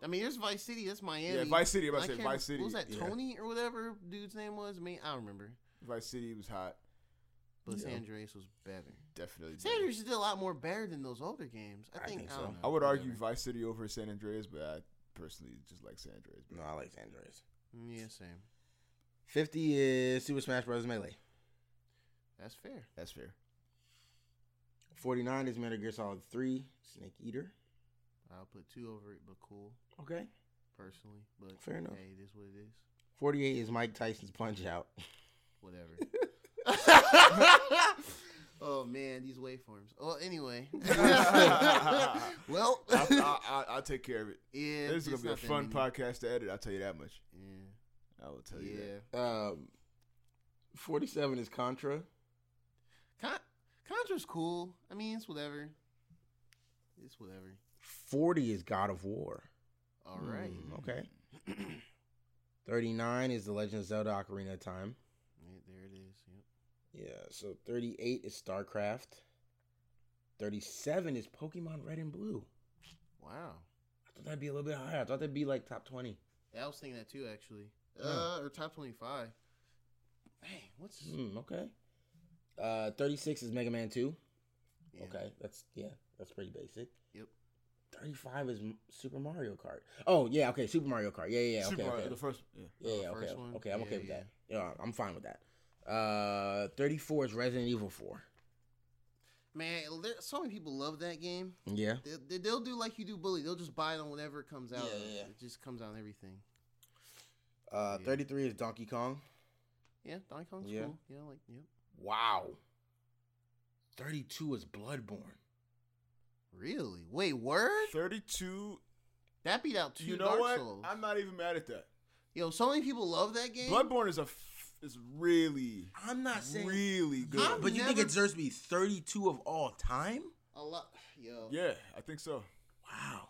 I mean, there's Vice City. That's Miami.
yeah, Vice City. I'm
I
about to say
can't-
Vice City.
What was that
yeah.
Tony or whatever dude's name was? I mean, I don't remember.
Vice City was hot.
But
Yeah.
San Andreas was better.
Definitely.
San Andreas did a lot more better than those older games. I
I
think. I,
think
don't
so.
know,
I would argue
whatever.
Vice City over San Andreas, but I personally just like San Andreas.
No, I like San Andreas.
Yeah, same.
50 is Super Smash Bros. Melee.
That's fair.
That's fair.
49 is Metal Gear Solid 3, Snake Eater.
I'll put two over it, but cool
Okay.
personally. But
Fair enough.
Hey, it is what it is.
48 is Mike Tyson's Punch Out.
Whatever. oh man, these waveforms. Oh, anyway. well,
I, I, I, I'll take care of it.
yeah,
This is
it's
gonna be a
not that
fun
many.
podcast to edit. I'll tell you that much.
Yeah,
I will tell you
yeah.
that.
Um, 47 is Contra.
Con- Contra's cool. I mean, it's whatever. It's whatever.
40 is God of War.
All right.
Mm, okay. 39 is The Legend of Zelda Ocarina of Time.
Yeah, there it is. Yep.
Yeah, so 38 is StarCraft. 37 is Pokemon Red and Blue.
Wow.
I thought that'd be a little bit higher. I thought that'd be like top 20.
I was thinking that too, actually.
Huh.
Uh, or top twenty-five. Hey, what's
Hmm, okay. Uh, 36 is Mega Man 2.
yeah.
Okay, that's, yeah, that's pretty basic.
Yep.
35 is M- Super Mario Kart. Oh, yeah, okay, Super Mario Kart. Yeah, yeah, yeah.
Super
okay,
Mario,
okay.
the first. Yeah.
Yeah,
the
yeah, okay.
first one?
Okay, I'm
Yeah,
okay with
yeah.
that. Yeah, I'm fine with that. Uh, 34 is Resident Evil 4.
Man, there, so many people love that game.
Yeah.
They, they, they'll do like you do, Bully. They'll just buy it on whatever it comes out.
Yeah,
of.
yeah, yeah.
It just comes out on everything.
Uh,
Yeah.
33 is Donkey Kong.
Yeah, Donkey Kong's
Yeah.
cool. Yeah, like yep.
Wow. 32 is Bloodborne.
Really? Wait, word?
Thirty-two.
That beat out two
You know
Dark
what?
Souls.
I'm not even mad at that.
Yo, so many people love that game.
Bloodborne is a f- is really
I'm not
really good.
Huh?
but you think
never-
it deserves to be 32 of all time?
A lot. Yo.
Yeah, I think so.
Wow.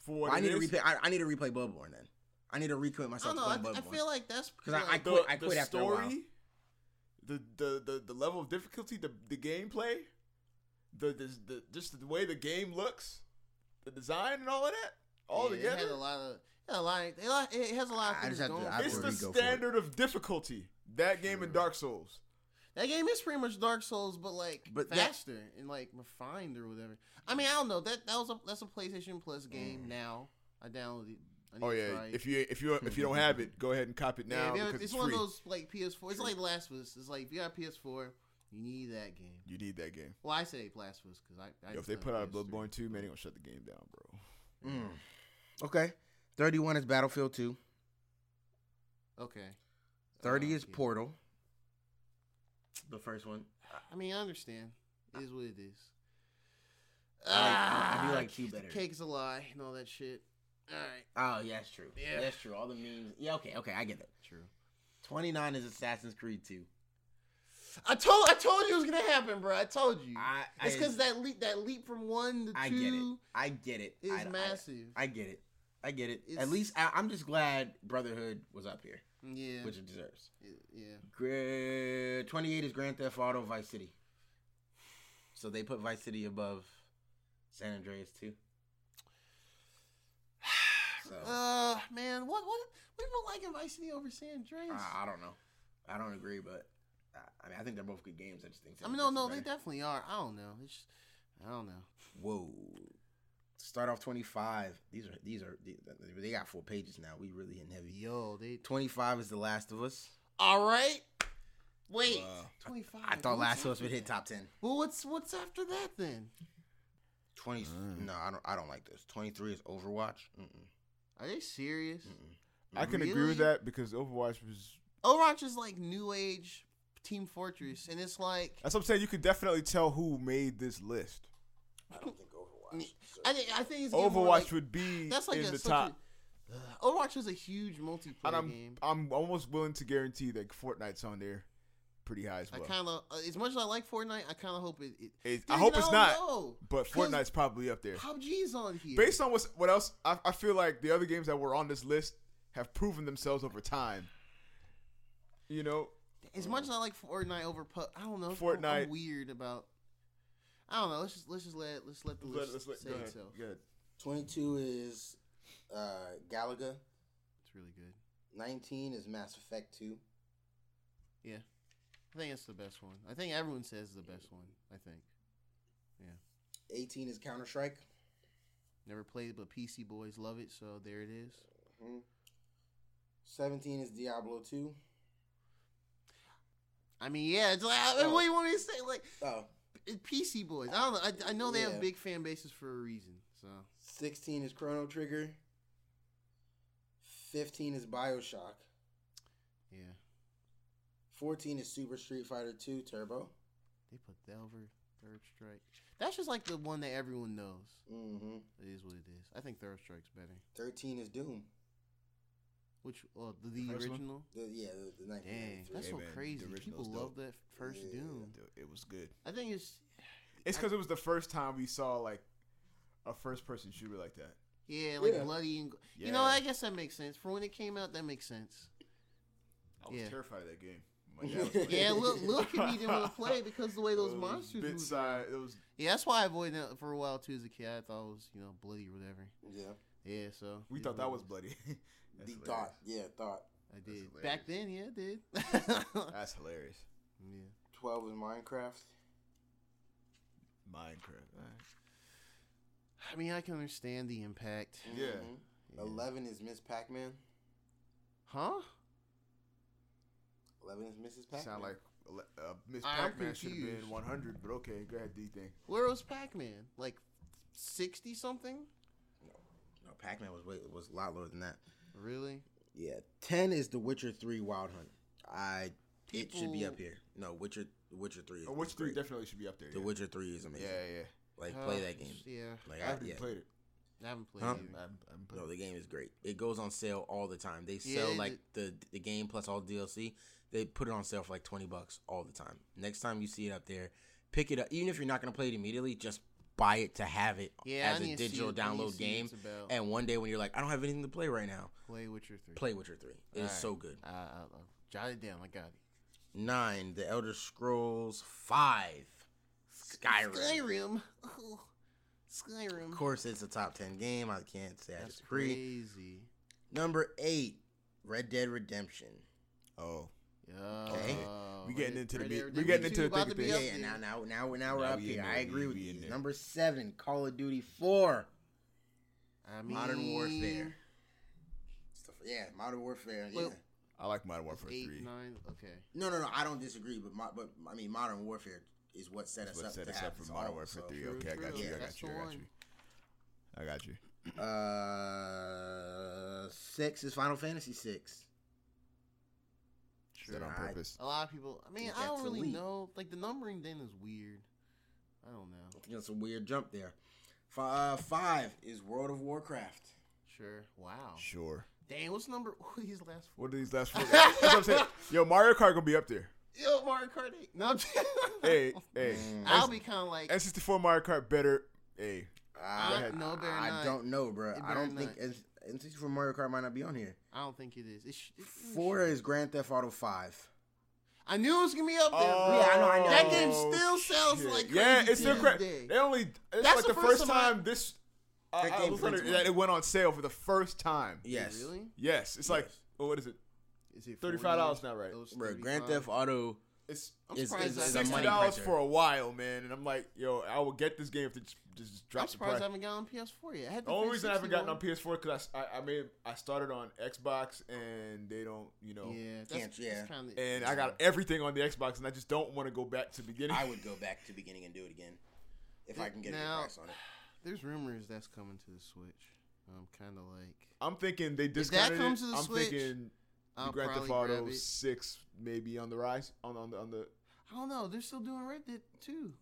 For what
Well, I
it
need to
is,
replay. I, I need to replay Bloodborne then. I need to recommit
I don't
myself
know. I,
to
th-
playing
I
Bloodborne.
feel like that's
'Cause I- I
like-
quit- I quit after a while.
the the the, the level of difficulty, the the gameplay, the, the the just the way the game looks, the design and all of that, all
yeah, It had a
together.
lot of. It, had a lot of- a lot- it has a
I
lot of things
just have to-
going.
I
for
It's
would
it.
the
we go for it.
standard of difficulty that game and Dark Souls.
That game is pretty much Dark Souls, but like
But that-
faster and like refined or whatever. I mean, I don't know. That that was a that's a PlayStation Plus
Mm.
game now. I downloaded. it. I need
Oh
to
yeah,
try it.
if you if you if you don't have it, go ahead and cop it
Yeah,
now
if you have-
because
it's,
it's,
one
free.
of those like PS4. It's like Last of Us. It's like if you got a PS4, you need that game.
You need that game.
Well, I say Last of Us because I, I
Yo, if they
play
put out a
PS3.
Bloodborne two, man, they gonna shut the game down, bro.
Mm. Okay. 31 is Battlefield 2.
okay,
30
Uh,
is
yeah.
Portal. Oh, The first one.
I mean, I understand. It is what it is.
I like- I do like
Ah,
you
the
better.
Cake's a lie and all that shit. All right,
Oh, yeah, that's true.
Yeah.
That's true. All the memes. Yeah, okay, okay, I get it.
true.
29 is Assassin's Creed 2.
I told I told you it was gonna happen, bro. I told you.
I, I,
it's because that leap that leap from one to
I
two
get it. I get it.
is
I- I,
massive.
I, get it. I get it.
It's-
At least I, I'm just glad Brotherhood was up here,
yeah,
which it deserves.
yeah.
Gra- 28 is Grand Theft Auto Vice City. So they put Vice City above San Andreas too. So
Uh, man, what what what people like in Vice City over San Andreas?
I, I don't know. I don't agree, but I, I mean I think they're both good games. I just think. San
I mean, no,
Andreas
no,
is
they
better.
definitely are. I don't know. It's just, I don't know.
Whoa. Start off 25. These are these are they- they got four pages now. We really hitting heavy.
Yo, they.
25 is The Last of Us.
All right. Wait.
Wow.
Twenty five.
I thought Last of Us would hit top 10.
Well, what's what's after that then?
20 No, I don't I don't like this. 23 is Overwatch. Mm-mm,
Are they serious?
mm-mm.
I can agree
Really?
with that because Overwatch was.
Overwatch is like new age Team Fortress, and it's like
That's what I'm saying. You could definitely tell who made this list.
I don't think Overwatch.
I think I think it's getting more
Overwatch
like-
would be
that's like
in
a,
the
such
top,
A, Ugh, Overwatch is a huge multiplayer
and I'm
game.
I'm almost willing to guarantee that Fortnite's on there, pretty high as
I
well.
kind of, as much as I like Fortnite, I kind of hope it. it
It-
Dude,
I hope
no,
it's not,
No.
but
'Cause
Fortnite's probably up there.
PUBG's on here.
Based on what's, what else, I, I feel like the other games that were on this list have proven themselves over time. You know,
as much as I like Fortnite over PUB, I don't know. it's- I'm- I'm
Fortnite.
weird about. I don't know. Let's just let's just let let's let the
Let-
list
let's let-
say
go ahead,
itself.
go ahead.
22 is uh, Galaga.
It's really good.
19 is Mass Effect 2.
I think it's the best one. I think everyone says it's the best one. I think.
18 is Counter Strike.
Never played it, but PC boys love it, so there it is.
17 is Diablo 2.
I mean, yeah, it's like I mean, what do you want me to say? Like
Oh,
it- PC boys. I don't know. I, I know they
Yeah.
have big fan bases for a reason. So
16 is Chrono Trigger. 15 is Bioshock.
yeah,
14 is Super Street Fighter 2 Turbo.
they put Delver Third Strike. That's just like the one that everyone knows.
hmm
It is what it is. I think Third Strike's better.
13 is Doom.
Which well, the, the
first one?
original.
The, yeah, the, the
Dang,
1993.
that's so
man, the
crazy.
original's
People
dope.
love that first
Yeah.
Doom.
it was good.
I think it's
It's because it was the first time we saw like a first-person shooter like that.
yeah, like
Yeah.
bloody and you know.
Yeah.
I guess that makes sense for when it came out. That makes sense.
I was
Yeah.
terrified of that game. My dad was playing it.
Yeah, look, look, he didn't want to play because the way those monsters.
bit
moved.
size. It was
Yeah, that's why I avoided it for a while too as a kid. I thought it was you know bloody or whatever.
Yeah.
Yeah, so
we
it
thought
what
that
it
was
is.
bloody. That's
The
hilarious.
thought. Yeah, thought.
I
That's
did back
hilarious.
then. Yeah, I did.
That's hilarious.
yeah.
12 is Minecraft.
Minecraft. all right.
I mean, I can understand the impact.
Yeah.
Mhm.
Yeah.
11 is Miss Pac Man.
Huh?
11 is Mrs. Pac Man.
Sound like uh, Miss
I'm
Pac-Man should have
confused.
been 100, but okay, go ahead, D thing.
Where was Pac-Man? Like sixty something?
No, Pac Man was way, was a lot lower than that.
Really?
Yeah, ten is The Witcher Three Wild Hunt. I it should be
People-
up here. No, Witcher The Witcher Three. Is
Oh, which
is
three
great.
definitely should be up there.
The
yeah.
Witcher Three is amazing.
Yeah, yeah.
Like
Uh,
play that game.
Yeah,
Like
I
I,
haven't
yeah.
played it.
I haven't played
Huh?
it. either.
I haven't, I haven't played
No,
it.
the game is great. It goes on sale all the time. They
Yeah,
sell
it-
like the the game plus all DLC. They put it on sale for like twenty bucks all the time. Next time you see it up there, pick it up. Even if you're not gonna play it immediately, just buy it to have it
Yeah,
as
I
a
need to see
digital
it. I need to
download
see
game.
It's about
And one day when you're like, I don't have anything to play right now,
play Witcher three. Uh,
play Witcher Three. It is
Alright.
so good.
I, I, I jot it down. I got it.
Nine, The Elder Scrolls Five, Skyrim.
Skyrim. Oh, Skyrim.
Of course, it's a top ten game. I can't say I
That's
disagree.
crazy.
Number eight, Red Dead Redemption.
Oh,
Okay.
We getting into the meat- we getting into the thick of
Yeah, yeah,
Yeah,
now, now, now, we're- now we're
Now
up
we
here.
in
I
there,
agree
we-
with
we in
you.
there.
Number seven, Call of Duty Four,
I mean,
Modern Warfare. Stuff- Yeah, Modern Warfare. Yeah.
Well-
I like Modern Warfare
Eight,
Three.
nine. Okay.
No, no, no. I don't disagree, but mo- but I mean, Modern Warfare is what set
That's
us
what
up
set
to
us
have
up
this
for Modern
all,
Warfare
so-
Three.
True,
Okay, I got
true.
you. I
That's
got you.
the
I got
one.
you. I got you.
Uh, six is Final Fantasy six.
Is that on
I-
purpose?
A lot of people. I mean,
Think
I don't
that's
really
elite.
know. Like the numbering then is weird. I don't know.
You know, it's a weird jump there. F- uh, five is World of Warcraft.
Sure. Wow.
Sure.
Dang. What's number? What are these last four?
What are these last four? That's what I'm saying. Yo, Mario Kart gonna be up there.
Yo, Mario Kart. eight. No. I'm just-
Hey, hey.
Mm.
I'll be kind of like.
N64 Mario Kart better. Hey,
I,
ahead.
No, it better
Ah, I
not.
don't know, bro.
It
I don't
better
think N64 Mario Kart might not be on here.
I don't think it is. It sh- it- it
Four
should.
is Grand Theft Auto Five.
I knew it was gonna be up there.
Oh,
Yeah, I know, I know.
That game still sells
shit.
like
yeah,
crazy
it's still
to
crazy.
this day.
They only it's
That's
like
the
the
first
first,
time I-
time this I,
That
I
game
was under,
prints money.
that it went on sale for the first time.
Yes,
Really?
Yes, it's like
Yes.
oh, what is it?
Is it
Thirty-five dollars now, right?
bro. Grand Theft Auto
It's
I'm
is,
surprised
is,
I-
is a
It's
sixty
money
dollars
printer.
for a while, man. And I'm like, yo, I will get this game if they just, just
I'm
drop the price.
surprised I haven't gotten on PS4 yet. I had
The only reason I haven't gotten on PS4 because I, I I made I started on Xbox and they don't you know.
Yeah, that's,
Can't, yeah.
That's kinda,
And I got everything on the Xbox, and I just don't want to go back to the beginning.
I would go back to beginning and do it again if I can get
Now-
a good price on it.
There's rumors that's coming to the Switch. I'm kind of like.
I'm thinking they
that
discounted
comes
it.
to the
I'm
Switch,
thinking
I'll
Grand Theft
probably grab
Auto
it.
Six maybe on the rise on on the, on the
I don't know. They're still doing Red Dead too.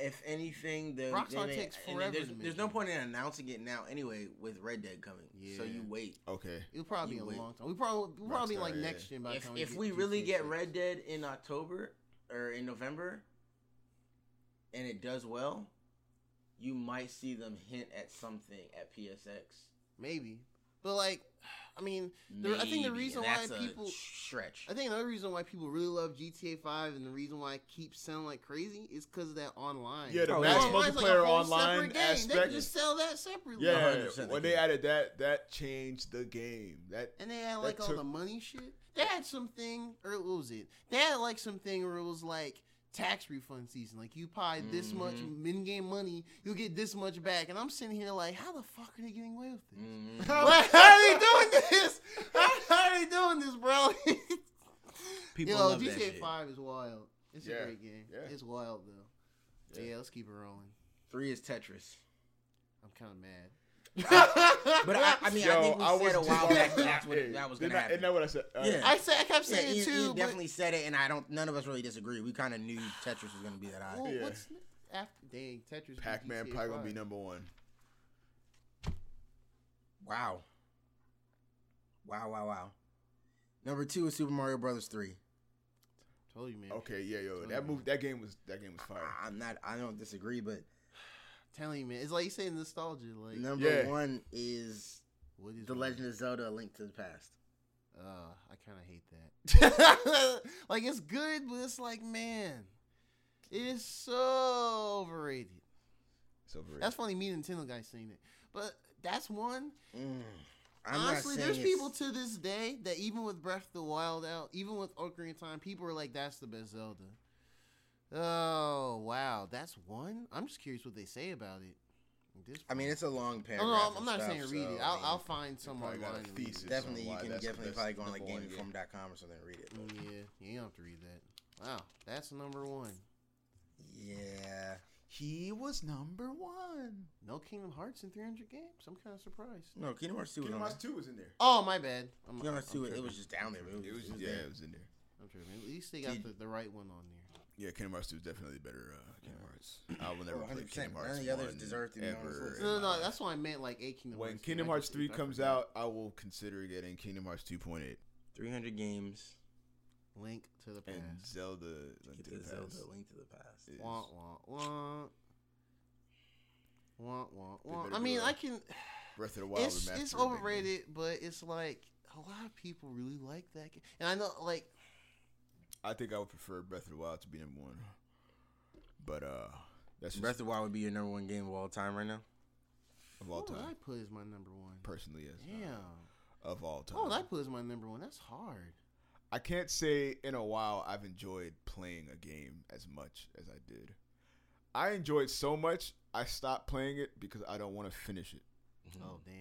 If anything, the
Rockstar
they-
takes
and
forever
There's,
to
there's
make.
no point in announcing it now anyway with Red Dead coming. So
Yeah.
you wait.
okay.
It'll probably be
You
a
wait.
long time. We probably we'll probably be
Rockstar,
like
yeah.
next gen by the
if
time
if
get
we
GTA
really get
6.
Red Dead in October or in November, and it does well, you might see them hint at something at PSX.
maybe, but like, I mean, The- I think the
Maybe,
reason
and that's
why
a
people-
stretch.
I think another reason why people really love GTA Five and the reason why it keeps selling like crazy is because of that online.
Yeah, the
Oh,
mass
yeah.
Online's like a
multiplayer
whole separate
online
game. They
aspect.
could just sell that separately.
yeah,
100%
when
they
they
can.
added that, that changed the game. That
And they had like all
took-
the money shit. They had something, or what was it? They had like something where it was like tax refund season. Like you pay this much in game money, you'll get this much back. And I'm sitting here like, how the fuck are they getting away with this?
Mhm.
Like, how are they doing this? How, how are they doing this, bro?
People
Yo,
love
GTA
that shit.
Five is wild. It's a
Yeah,
great game.
yeah.
It's wild though. Yeah.
Yeah.
let's keep it rolling.
Three is Tetris.
I'm kind of mad.
But I, I mean, I think we said a while back that that's what
Hey,
that was
didn't
gonna
I-
happen.
Isn't that what I said? Uh,
Yeah.
I said I kept
Yeah,
saying
you,
it too.
you
but-
definitely said it, and I don't. None of us really disagree. We kind of knew Tetris was gonna be that high.
Well,
Yeah.
what's n- after dang Tetris? beat
Pac-Man
GTA
probably gonna be
five.
number one.
Wow. Wow! Wow! Wow! Number two is Super Mario Brothers three.
Told you, man.
Okay, yeah, yo,
Okay.
that move, that game was, that game was fire.
I- I'm not. I don't disagree, but
Telling you, man. It's like you saying nostalgia. Like
number
Yeah.
one is
what is
The
wrong?
Legend of Zelda: A Link to the Past.
Uh, I kind of hate that. like it's good, but it's like man, it's so overrated.
It's overrated.
That's funny. Me and Nintendo guys saying it, but that's one.
Mm. I'm not
Honestly,
saying
there's
it's-
people to this day that even with Breath of the Wild out, even with Ocarina of Time, people are like, "That's the best Zelda." Oh wow, that's one. I'm just curious what they say about it. at this
I mean,
point.
it's a long
Oh,
paragraph.
no, I'm,
and
I'm not
stuff,
saying read
so,
it.
I
I'll,
mean,
I'll find some
probably got
online.
a
to read it.
thesis.
definitely you
why
can
that's the
definitely
best
probably go on like
number one game.
GameInform.com or something and read it. but-
Mm, Yeah, you don't have to read that. Wow, that's number one.
Yeah.
he was number one.
No Kingdom Hearts in 300 games. I'm kind of surprised.
No, Kingdom Hearts 2 was
Kingdom
on
Hearts
there.
Two was in there.
Oh my bad. I'm,
Kingdom Hearts
I'm
2, it
tripping.
was just down there. but It
It
was,
was,
it was
yeah,
there.
it was in there.
I'm tripping. At least they got
Did-
the, the right one on there.
Yeah, Kingdom Hearts Two is definitely better. Uh, Kingdom Hearts. I will never
Oh,
play
100%.
Kingdom
None
Hearts.
of the others
1
deserve to be on this
ever
list.
in
No, no,
my
no,
life.
that's what I meant. Like eight Kingdom
when
Hearts.
Kingdom
I
Hearts
just-
Three
I
comes
forgot.
out, I will consider getting Kingdom Hearts Two Point Eight
300 games.
Link to the past.
and Zelda. Link
Get
to the
to Zelda,
Past
Link to the Past.
is-
Wah wah wah. Wah wah
They
wah.
better
I
do
mean,
a
I can.
Breath of the Wild.
It's
remastered,
it's
I think, man.
overrated, but it's like a lot of people really like that game, and I know like
I think I would prefer Breath of the Wild to be number one. But uh, that's just
Breath of the Wild would be your number one game of all time right now.
of all
What would I
time.
put as my number one?
Personally, is
Damn. Oh,
of all time.
What would I put as my number one? That's hard.
I can't say in a while I've enjoyed playing a game as much as I did. I enjoyed so much I stopped playing it because I don't want to finish it.
Oh damn.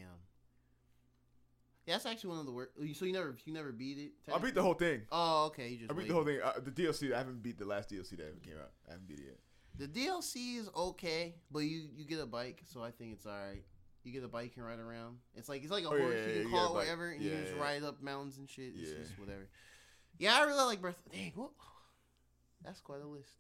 Yeah, that's actually one of the worst. So you never you never beat it.
I beat the whole thing.
Oh okay, you just
I beat
wait.
the whole thing. Uh, the DLC. I haven't beat the last DLC that ever came out. I haven't beat it yet.
The DLC is okay, but you you get a bike, so I think it's all right. You get a bike and ride around. It's like it's like a
Oh, yeah,
horse.
yeah,
you
you
can
got a
call it
bike.
whatever, and you
Yeah,
just
yeah.
ride up mountains and shit. It's
Yeah.
just whatever. Yeah, I really like Breath. Dang, what? That's quite a list.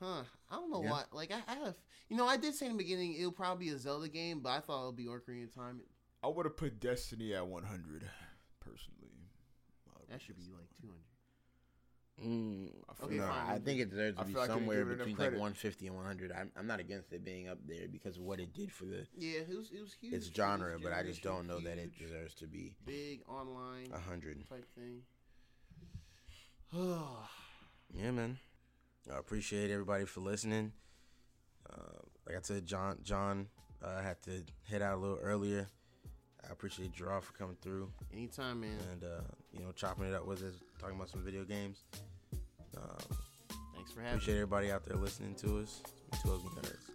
Huh? I don't know
Yeah.
why. Like I, I have, you know, I did say in the beginning it'll probably be a Zelda game, but I thought it'll be Ocarina of Time.
I would have put Destiny at 100, personally. I would've
That should be
put-
like two hundred.
Mm,
I feel
no,
Okay, fine.
I think it deserves
I
to be
feel like I didn't
somewhere
give it enough
between like
credit.
150 and 100. I'm, I'm not against it being up there because of what it did for the
Yeah, it was it was huge.
its
for this
genre, but I just
generation,
don't know that it Uh-huh.
huge,
deserves to be
big online
100.
type thing. Oh.
Yeah, man. I appreciate everybody for listening. Uh, like I said, John, John uh, had to head out a little earlier. I appreciate Gerard for coming through
Anytime, man.
and uh, you know chopping it up with us, talking about some video games. Um,
Thanks for having me.
appreciate everybody out there listening to us. Two Husbands and Nerds.